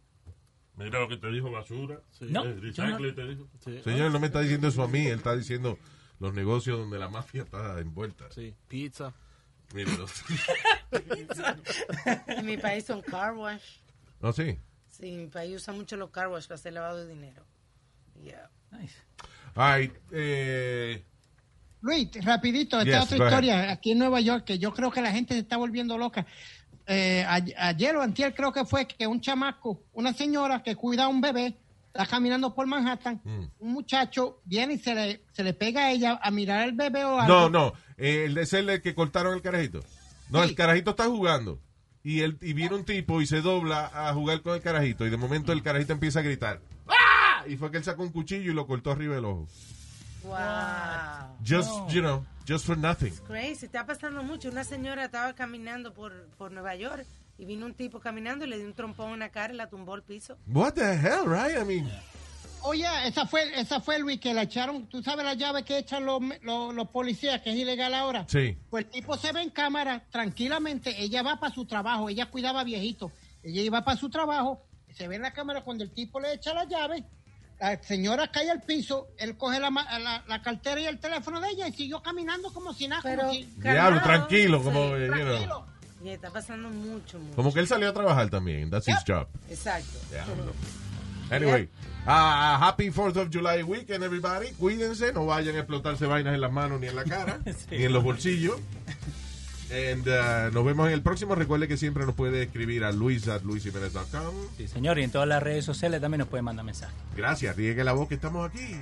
C: Mira lo que te dijo basura.
H: No,
C: Eh,
H: yo no-
C: recycle te dijo.
I: Sí.
D: Señor, no me está diciendo eso a mí, él está diciendo los negocios donde la mafia está envuelta.
I: Sí. Pizza.
D: Míralo.
G: (laughs) En mi país son car wash.
D: (laughs) No, sí.
G: Sí, en mi país usan mucho los car wash para hacer lavado de dinero. Yeah.
H: Nice.
D: All right, eh,
E: Luis, rapidito, esta
D: Yes,
E: otra
D: go ahead.
E: historia aquí en Nueva York, que yo creo que la gente se está volviendo loca. Eh, a- ayer o antier creo que fue que un chamaco, una señora que cuida a un bebé, está caminando por Manhattan,
D: Mm.
E: un muchacho viene y se le, se le pega a ella a mirar al bebé o algo.
D: no, no, eh, el es el que cortaron el carajito. No,
E: Sí.
D: el carajito está jugando y, él, y viene un tipo y se dobla a jugar con el carajito y de momento el carajito empieza a gritar. ¡Ah! Y fue que él sacó un cuchillo y lo cortó arriba del ojo.
G: Wow.
D: Just,
H: No.
D: you know, just for nothing.
G: Crazy, está pasando mucho. Una señora estaba caminando por, por Nueva York y vino un tipo caminando y le dio un trompón en la cara y la tumbó al piso.
D: What the hell, right? I mean,
E: Oye, esa fue, esa fue Luis que la echaron. ¿Tú sabes la llave que echan los, los, los policías, que es ilegal ahora?
D: sí.
E: Pues el tipo se ve en cámara tranquilamente. Ella va para su trabajo. Ella cuidaba viejito. Ella iba para su trabajo. Se ve en la cámara cuando el tipo le echa la llave. La señora cae al piso. Él coge la, ma- la, la cartera y el teléfono de ella y siguió caminando como si nada. como
G: Pero,
E: si-
D: Diablo,
G: calmado,
D: tranquilo,
G: sí.
D: como, eh, you know.
E: tranquilo.
G: Y está pasando mucho, mucho.
D: como que él salió a trabajar también. That's his
E: Yep.
D: job.
G: Exacto.
D: Diablo. Anyway, ah, happy 4th of July weekend, everybody. Cuídense, no vayan a explotarse vainas en las manos ni en la cara, ni en los bolsillos. And, ah, nos vemos en el próximo. Recuerde que siempre nos puede escribir a luis at luisimenez.com.
H: Sí, señor, y en todas las redes sociales también nos pueden mandar mensajes.
D: Gracias, riegue la voz que estamos aquí.